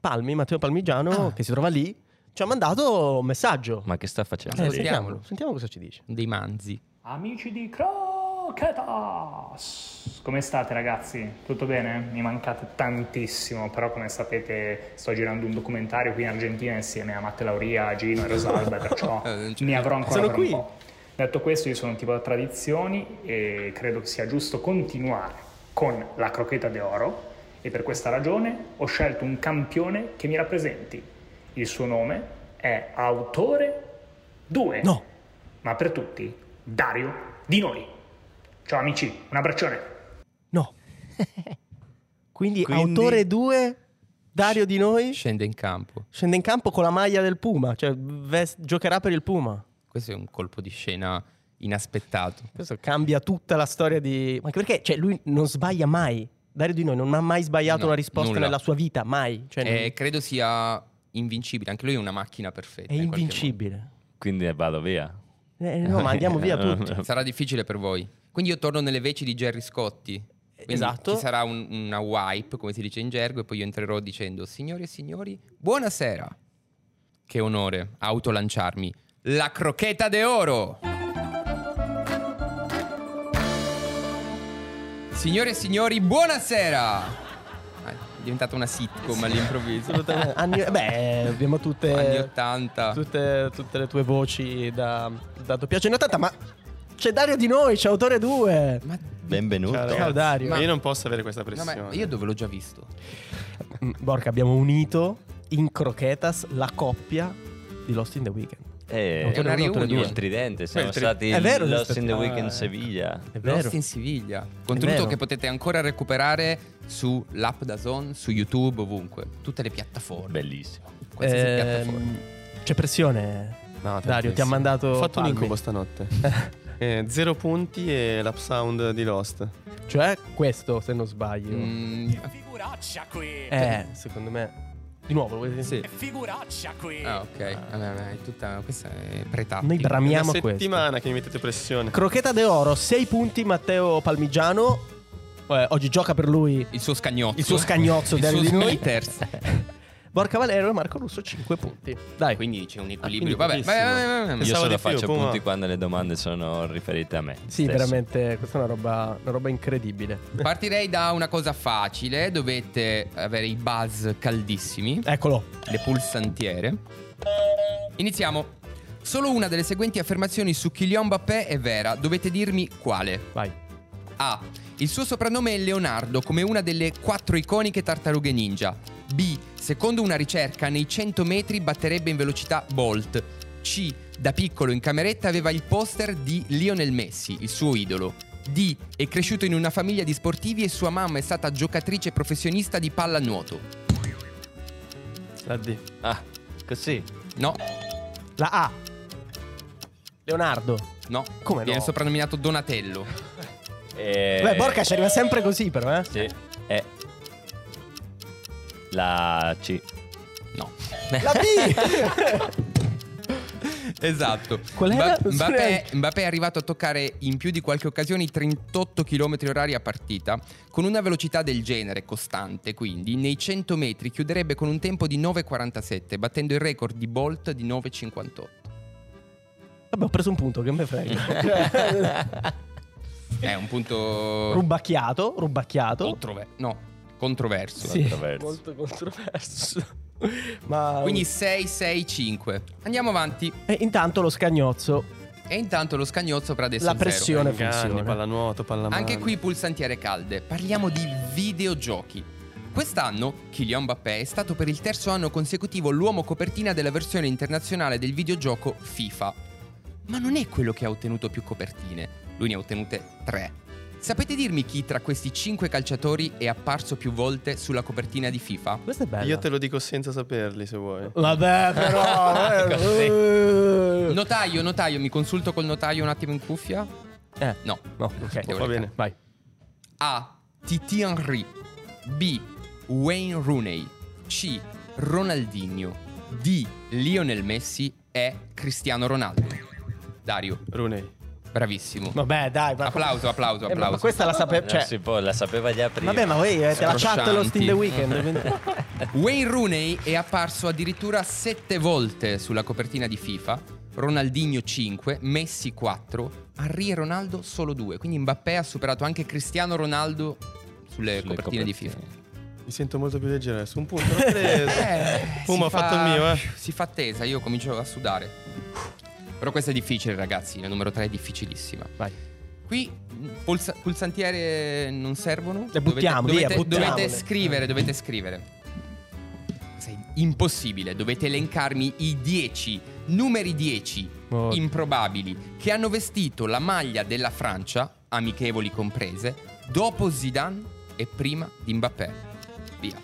S3: Palmi, Matteo Palmigiano,
S2: Ah.
S3: che si trova lì, ci ha mandato un messaggio. Eh,
S1: Ma che sta facendo?
S2: Ma
S1: lì?
S2: sì.
S3: sentiamolo, sentiamo cosa ci dice.
S2: dei manzi.
S5: Amici di Croquetas! Come state ragazzi? Tutto bene? Mi mancate tantissimo, però come sapete sto girando un documentario qui in Argentina insieme a Matte Lauria, Gino e Rosalba, perciò
S2: Non c'è
S5: mi avrò ancora
S3: Sono
S5: per
S3: qui.
S5: un po'. Detto questo io sono un tipo da tradizioni e credo che sia giusto continuare con la crocheta d'oro e per questa ragione ho scelto un campione che mi rappresenti. Il suo nome è Autore 2.
S3: No.
S5: Ma per tutti, Dario Di Noi. Ciao amici, un abbraccione.
S2: (laughs)
S3: No. Quindi,
S1: Quindi-
S3: autore 2, Dario di noi,
S2: Scende in campo.
S3: scende in campo con la maglia del Puma, cioè vest- giocherà per il Puma.
S2: Questo è un colpo di scena inaspettato.
S3: Questo cambia tutta la storia di... Ma anche perché cioè, lui non sbaglia mai. Dario di noi non ha mai sbagliato
S2: No,
S3: una risposta
S2: nulla.
S3: nella sua vita, mai. Cioè, non-
S2: Eh, credo sia invincibile. Anche lui è una macchina perfetta.
S3: è
S2: in qualche
S3: invincibile.
S1: Quindi vado via.
S3: Eh, no, ma
S2: (laughs)
S3: andiamo via tutti.
S6: Eh.
S2: modo. Sarà difficile per voi. Quindi io torno nelle veci di Jerry Scotti. Quindi
S3: Esatto.
S2: Ci sarà un- una wipe, come si dice in gergo, e poi io entrerò dicendo: Signori e signori, buonasera. Che onore autolanciarmi. La crocheta d'oro. Signore e signori, buonasera. Ah, È diventata una sitcom all'improvviso.
S3: Assolutamente. Anni- beh, abbiamo tutte,
S2: Anni 80.
S3: tutte, tutte le tue voci da, da doppiaggio in 80, ma c'è Dario di noi, c'è autore 2.
S2: Ma
S1: Benvenuto.
S6: Ciao,
S3: Ciao
S6: ragazzi.
S3: Dario.
S6: Ma
S2: Ma-
S6: io non posso avere questa
S2: no,
S6: pressione.
S2: ma io dove l'ho già visto?
S3: Mm, Borca, abbiamo unito in croquetas la coppia di Lost in the Weekend.
S1: Eh,
S2: È una
S1: uno
S2: riunione.
S1: stridente, siamo
S6: Beh, tri-
S1: stati
S3: È
S1: in
S3: vero,
S1: Lost in the
S3: ah,
S1: Weekend
S3: ecco.
S1: Sevilla.
S3: È vero.
S2: Lost in Siviglia. Contenuto
S3: vero.
S2: che potete ancora recuperare sull'app da Zone, su YouTube, ovunque. Tutte le piattaforme.
S1: Bellissimo.
S2: Qualsiasi
S3: Ehm,
S2: piattaforma.
S3: C'è pressione, Dario, ti ha
S6: tantissimo.
S3: mandato...
S6: Ho fatto un
S3: palmi.
S6: incubo stanotte. Eh, zero punti e l'upsound di Lost.
S3: (laughs) Cioè questo, se non sbaglio.
S2: Mm,
S7: Figuraccia qui!
S3: Eh, secondo me... Di nuovo, lo vuoi-
S6: Sì.
S7: Figuraccia qui!
S2: ah, ok. Vabbè, vabbè, è tutta, questa è pretà.
S3: noi
S6: È
S3: bramiamo
S6: una
S3: questo.
S6: settimana che mi mettete pressione.
S3: Crocheta d'oro, 6 punti Matteo Palmigiano. Eh, oggi gioca per lui
S2: Il suo scagnozzo.
S3: il suo scagnozzo
S2: Il
S3: Dario
S2: suo
S3: di noi.
S2: splitters.
S3: (laughs) Borca Valero e Marco Russo 5 punti. Dai, quindi
S2: Quindi c'è un equilibrio.
S3: Ah,
S2: vabbè, vabbè,
S3: quindi pochissimo.
S2: vabbè, vabbè, vabbè.
S1: Io
S6: Pensavo
S1: solo
S6: di più,
S1: faccio
S6: Puma.
S1: punti quando le domande sono riferite a me.
S3: sì,
S1: stesso.
S3: veramente questa è una roba, una roba incredibile.
S2: Partirei da una cosa facile. Dovete avere i buzz caldissimi.
S3: Eccolo.
S2: le pulsantiere. Iniziamo. Solo una delle seguenti affermazioni su Kylian Mbappé è vera, dovete dirmi quale.
S3: Vai.
S2: A. Il suo soprannome è Leonardo, come una delle quattro iconiche tartarughe ninja. B. Secondo una ricerca, nei 100 metri batterebbe in velocità Bolt. C. Da piccolo in cameretta aveva il poster di Lionel Messi, il suo idolo. D. È cresciuto in una famiglia di sportivi e sua mamma è stata giocatrice professionista di pallanuoto.
S6: La D.
S1: Ah, così.
S2: No,
S3: La A. Leonardo.
S2: no.
S3: Come
S2: Viene
S3: no?
S2: soprannominato Donatello.
S1: Eh,
S3: Beh, Borca ci arriva sempre così però, eh.
S1: Sì. Eh. La
S3: (laughs)
S1: C.
S2: No.
S3: La B.
S2: (laughs) Esatto.
S3: Qual era?
S2: Mba-
S3: Non so
S2: Mbappé,
S3: neanche.
S2: Mbappé è arrivato a toccare in più di qualche occasione i 38 km orari a partita. Con una velocità del genere, costante quindi, nei 100 metri chiuderebbe con un tempo di 9,47, battendo il record di Bolt di 9,58.
S3: Vabbè, ho preso un punto, che
S1: (laughs)
S3: me frega.
S2: È un punto...
S3: rubacchiato, rubacchiato.
S2: controver- no, controverso.
S3: Sì,
S1: controverso.
S3: molto controverso. Ma
S2: Quindi 6-6-5. Andiamo avanti.
S3: E intanto lo scagnozzo,
S2: E intanto lo scagnozzo per adesso
S3: la
S2: è zero.
S3: pressione
S6: Ganni,
S3: funziona.
S6: pallanuoto, pallamano.
S2: Anche qui pulsantiere calde, parliamo di videogiochi. Quest'anno Kylian Mbappé è stato per il terzo anno consecutivo l'uomo copertina della versione internazionale del videogioco FIFA. Ma non è quello che ha ottenuto più copertine, lui ne ha ottenute tre. Sapete dirmi chi tra questi cinque calciatori è apparso più volte sulla copertina di FIFA?
S3: Questo è bello.
S6: Io te lo dico senza saperli se vuoi.
S3: Oh. Vabbè, però. eh, eh.
S2: Notaio, notaio, mi consulto col notaio un attimo in cuffia?
S3: Eh.
S2: No.
S3: No, ok.
S2: Devo
S6: Va
S2: leccare.
S6: bene.
S3: Vai.
S2: A. Titi Henry B. Wayne Rooney C. Ronaldinho D. Lionel Messi E. Cristiano Ronaldo Dario,
S6: Runei.
S2: bravissimo
S3: Vabbè, dai. Ma
S2: Applauso, applauso,
S3: Eh, ma-
S2: applauso
S3: ma questa la sapeva.
S1: non si può, la sapeva già prima.
S3: vabbè, ma voi avete la
S2: Scroscianti.
S3: chat lo Steam The Weekend. quindi-
S2: Wayne Rooney è apparso addirittura sette volte sulla copertina di FIFA Ronaldinho 5, Messi 4, Henry e Ronaldo solo 2. Quindi Mbappé ha superato anche Cristiano Ronaldo
S1: Sulle
S2: sulle, copertine, di
S1: copertine.
S2: FIFA.
S6: Mi sento molto più leggero su un punto. l'ho
S3: (laughs)
S6: preso.
S2: Eh,
S6: Puma ha
S2: si
S6: fatto il mio, eh.
S2: Si fa attesa, io comincio a sudare. Però questa è difficile, ragazzi. La numero 3 è difficilissima.
S3: Vai.
S2: Qui mh, pulsa- pulsantiere non servono.
S3: Le buttiamo,
S2: dovete,
S3: via,
S2: dovete-
S3: buttiamole.
S2: dovete scrivere, dovete scrivere. Sei impossibile, dovete elencarmi i 10 numeri 10
S3: Oh.
S2: improbabili che hanno vestito la maglia della Francia, amichevoli comprese, dopo Zidane e prima di Mbappé. Via.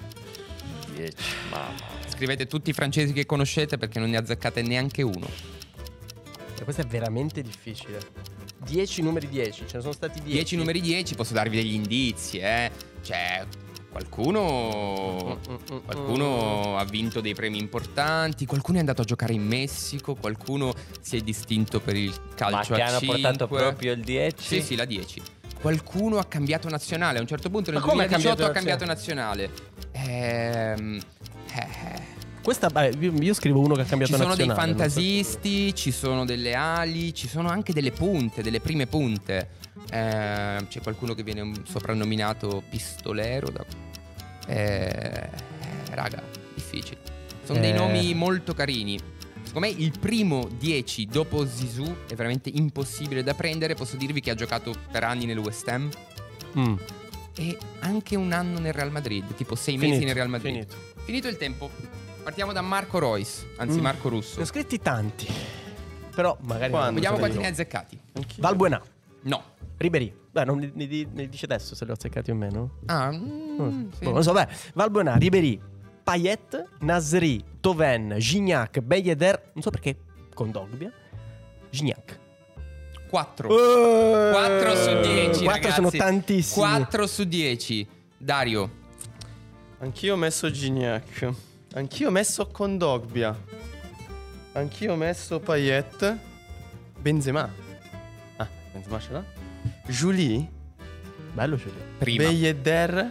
S1: 10, mamma.
S2: Scrivete tutti i francesi che conoscete perché non ne azzeccate neanche uno.
S3: Cioè, Questo è veramente difficile. 10 numeri 10, ce ne sono stati 10.
S2: 10 numeri 10, posso darvi degli indizi, eh. Cioè, qualcuno. Qualcuno ha vinto dei premi importanti, qualcuno è andato a giocare in Messico, qualcuno si è distinto per il
S1: Ma
S2: calcio
S1: che
S2: a
S1: hanno portato
S2: 5.
S1: proprio il 10?
S2: Sì, sì, la 10. Qualcuno ha cambiato nazionale, a un certo punto nel
S3: Ma come ha
S2: 2018 ha
S3: cambiato
S2: cambiato nazionale. Ehm, eh,
S3: Questa, vabbè, io, io scrivo uno che ha cambiato
S2: Ci sono dei
S3: nazionale, non so.
S2: fantasisti, ci sono delle ali, ci sono anche delle punte, delle prime punte. Eh, c'è qualcuno che viene mm, soprannominato pistolero. da- Eh, raga, difficile. Sono
S3: Eh.
S2: dei nomi molto carini. Secondo me il primo 10 dopo Zizou è veramente impossibile da prendere. Posso dirvi che ha giocato per anni nel West Ham
S3: Mm.
S2: e anche un anno nel Real Madrid, tipo sei mesi
S3: Finito,
S2: nel Real Madrid.
S3: finito.
S2: Finito il tempo. Partiamo da Marco Royce, anzi
S3: Mm.
S2: Marco Russo.
S3: Ne ho scritti tanti. Però magari...
S6: Quando?
S2: Vediamo
S6: Io.
S2: quanti ne hai azzeccati.
S3: Valbuena,
S2: No.
S3: Ribery. Beh, non ne, ne- ne dice adesso se li ho azzeccati o meno.
S2: Ah, mm,
S3: Mm,
S2: sì.
S3: boh, non so, beh. Valbuena, Ribery, Payet, Nasri, Toven, Gignac, Beyeder, non so perché, con Dogbia, Gignac.
S2: 4. 4
S3: 4
S2: su 10.
S3: 4 Eh, sono tantissimi.
S2: 4 su 10. Dario.
S6: Anch'io ho messo Gignac. Anch'io ho messo Condogbia. Anch'io ho messo Payet. Benzema. Ah, Benzema ce l'ha. Julie.
S3: Bello ce l'hai.
S2: Prima.
S6: Beyeder.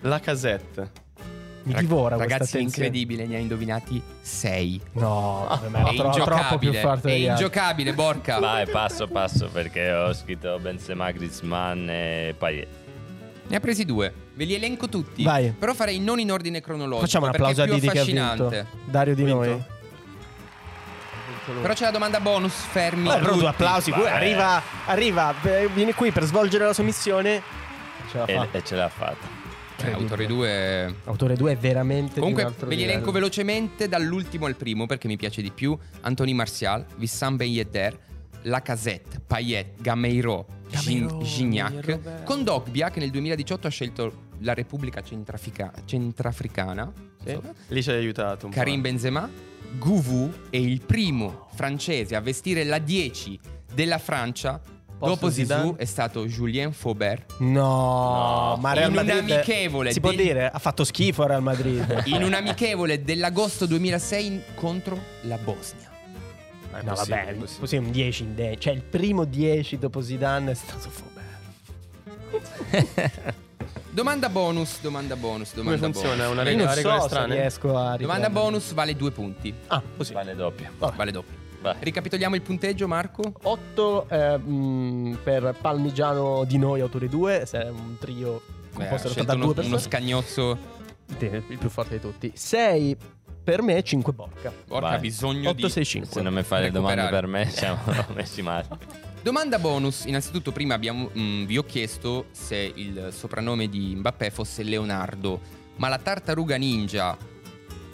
S6: La casette.
S3: Mi
S2: Rag-
S3: divora questa
S2: Ragazzi, è
S3: tensione.
S2: incredibile, ne ha indovinati 6.
S3: No, ma
S2: È
S3: era tro- troppo più
S2: ingiocabile.
S3: forte
S2: È
S3: degli altri.
S2: ingiocabile, Borca.
S1: Vai, passo passo perché ho scritto Benzema, Griezmann e Payet.
S2: Ne ha presi due. Ve li elenco tutti.
S3: Vai.
S2: Però farei non in ordine cronologico.
S3: Facciamo un
S2: perché
S3: applauso a
S2: è più
S3: Didi che ha vinto.
S2: affascinante.
S3: Dario di
S6: Vinto.
S3: noi.
S2: Però c'è la domanda bonus, fermi.
S3: Beh, però
S2: tutti.
S3: due applausi.
S1: vai.
S3: Arriva, arriva, beh, vieni qui per svolgere la sua missione. Ce la fa.
S1: (laughs) E, e ce l'ha fatta.
S2: Eh, Autori 2
S3: Autore 2 è veramente. di
S2: Comunque
S3: un altro
S2: ve li
S3: livello.
S2: elenco velocemente dall'ultimo al primo perché mi piace di più. Anthony Martial, Wissam Ben Yedder, Lacazette, Payet, Gameiro, Gin- Gignac, con Dogbia che nel 2018 ha scelto la Repubblica Centrafica- Centrafricana, insomma,
S6: Lì ci hai aiutato un po'.
S2: Karim Benzema, Gouvu è il primo francese a vestire la 10 della Francia.
S6: Posso
S2: Dopo
S6: Zidane?
S2: Zizou è stato Julien Faubert.
S3: No,
S1: No,
S3: ma Real
S2: in un
S3: Madrid.
S2: amichevole
S3: Si può
S2: del-
S3: dire, ha fatto schifo a Real
S2: (laughs)
S3: Madrid.
S2: in un amichevole dell'agosto 2006 contro la Bosnia.
S6: Ah, è
S3: no,
S6: possibile,
S3: vabbè,
S6: possibile.
S3: così un 10 in 10. Cioè, il primo 10 dopo Zidane è stato Faubert.
S2: Domanda bonus, domanda bonus,
S6: Come
S2: domanda
S6: funziona?
S2: bonus.
S6: Una
S3: Io
S6: regola,
S3: non
S6: regole
S3: so se
S6: strane?
S3: riesco a
S2: eh. Domanda
S3: ricordarmi.
S2: bonus vale due punti.
S3: Ah, così.
S1: Vale doppio.
S3: Vabbè.
S2: Vale doppio.
S1: Vai.
S2: Ricapitoliamo il punteggio, Marco.
S3: 8 eh, mm, per Palmigiano di noi, autore 2. Se è un trio
S2: Beh, ha
S3: composto
S2: scelto
S3: da
S2: uno,
S3: due
S2: uno eh,
S3: persone.
S2: scagnozzo.
S3: Te, il più forte di tutti. 6 per me, 5 Borca.
S2: Porca
S1: Vai.
S2: bisogno di.
S3: 8, 6, 5.
S1: Se non mi fai le Eh. domande per
S2: Recuperare.
S1: me, siamo (laughs) messi male.
S2: Domanda bonus. Innanzitutto, prima abbiamo- mm, vi ho chiesto se il soprannome di Mbappé fosse Leonardo, ma la tartaruga ninja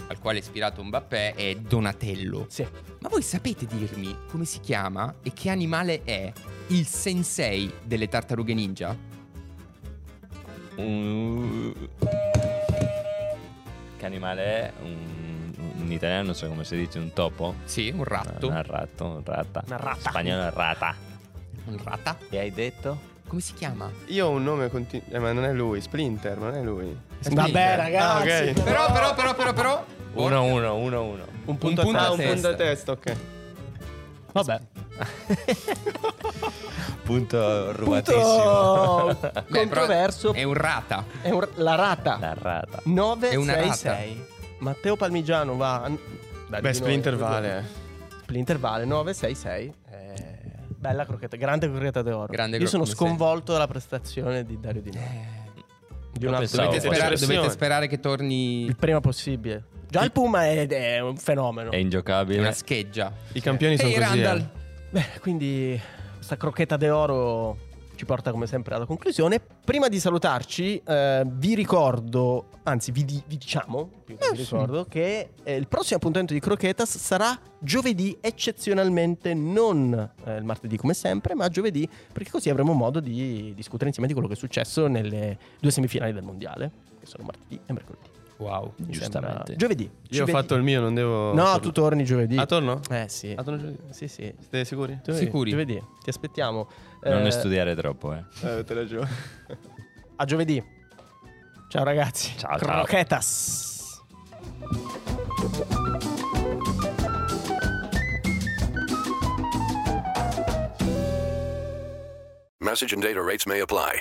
S2: al quale è ispirato Mbappé è Donatello.
S3: Sì.
S2: Ma voi sapete dirmi come si chiama e che animale è il sensei delle tartarughe ninja?
S1: Un- Che animale è? Un... un italiano non so come si dice, un topo?
S2: Sì, un ratto.
S1: Un ratto, un rata.
S3: Una rata.
S1: Spagnolo rata.
S2: Un rata?
S1: E hai detto?
S2: Come si chiama?
S6: Io ho un nome continuo. Eh, ma non è lui, Splinter, ma non è lui.
S3: Vabbè, ragazzi.
S6: Ah, ok.
S2: Però, però, però, però, però.
S1: 1-1, 1-1.
S6: Un
S2: punto a
S6: ah,
S2: testa.
S6: un punto a testa, ok.
S2: (laughs)
S3: Vabbè.
S1: Punto
S3: Punto
S2: Beh, però
S3: (laughs) controverso.
S2: È un rata.
S3: È un- la rata.
S1: La rata.
S3: 9,
S2: È una
S3: 6,
S2: rata.
S3: 6. Matteo Palmigiano va a- Beh,
S6: Beh, Splinter vale. eh.
S3: Splinter vale 966. Eh, bella crocchetta, grande crocchetta d'oro.
S2: Grande
S3: Io
S2: cro-
S3: sono
S2: come
S3: sconvolto dalla prestazione di Dario Di Noi. Di un
S1: Io pensavo-
S3: altro-
S2: Dovete,
S1: Ciao,
S2: sperare,
S6: espressione.
S2: dovete sperare che torni
S3: il prima possibile. Già il Puma è, è un fenomeno.
S1: È ingiocabile.
S2: una scheggia.
S6: I campioni sono
S2: Ehi,
S6: così. eh.
S2: Randall!
S3: Beh, quindi questa crocchetta d'oro ci porta come sempre alla conclusione. Prima di salutarci, eh, vi ricordo, anzi vi, di- vi diciamo, più che vi ricordo, che eh, il prossimo appuntamento di Croquetas sarà giovedì, eccezionalmente non eh, il martedì come sempre, ma giovedì, perché così avremo modo di discutere insieme di quello che è successo nelle due semifinali del Mondiale, che sono martedì e mercoledì.
S2: Wow.
S3: Mi
S1: Giustamente.
S3: sembra- Giovedì. Ci
S6: Io ho
S3: vedi-
S6: fatto il mio, non devo.
S3: No, tu torni giovedì.
S6: Ah, torno?
S3: Eh sì.
S6: Ah, torno giovedì.
S3: Sì, sì.
S6: Siete sicuri?
S3: Giovedì,
S2: Sicuri?
S3: Giovedì, ti aspettiamo.
S1: Non
S3: Eh,
S1: è studiare troppo, eh.
S6: Eh, avete ragione.
S3: A giovedì. Ciao ragazzi.
S1: Ciao, ciao.
S3: Croquetas.
S8: Message and data rates may apply.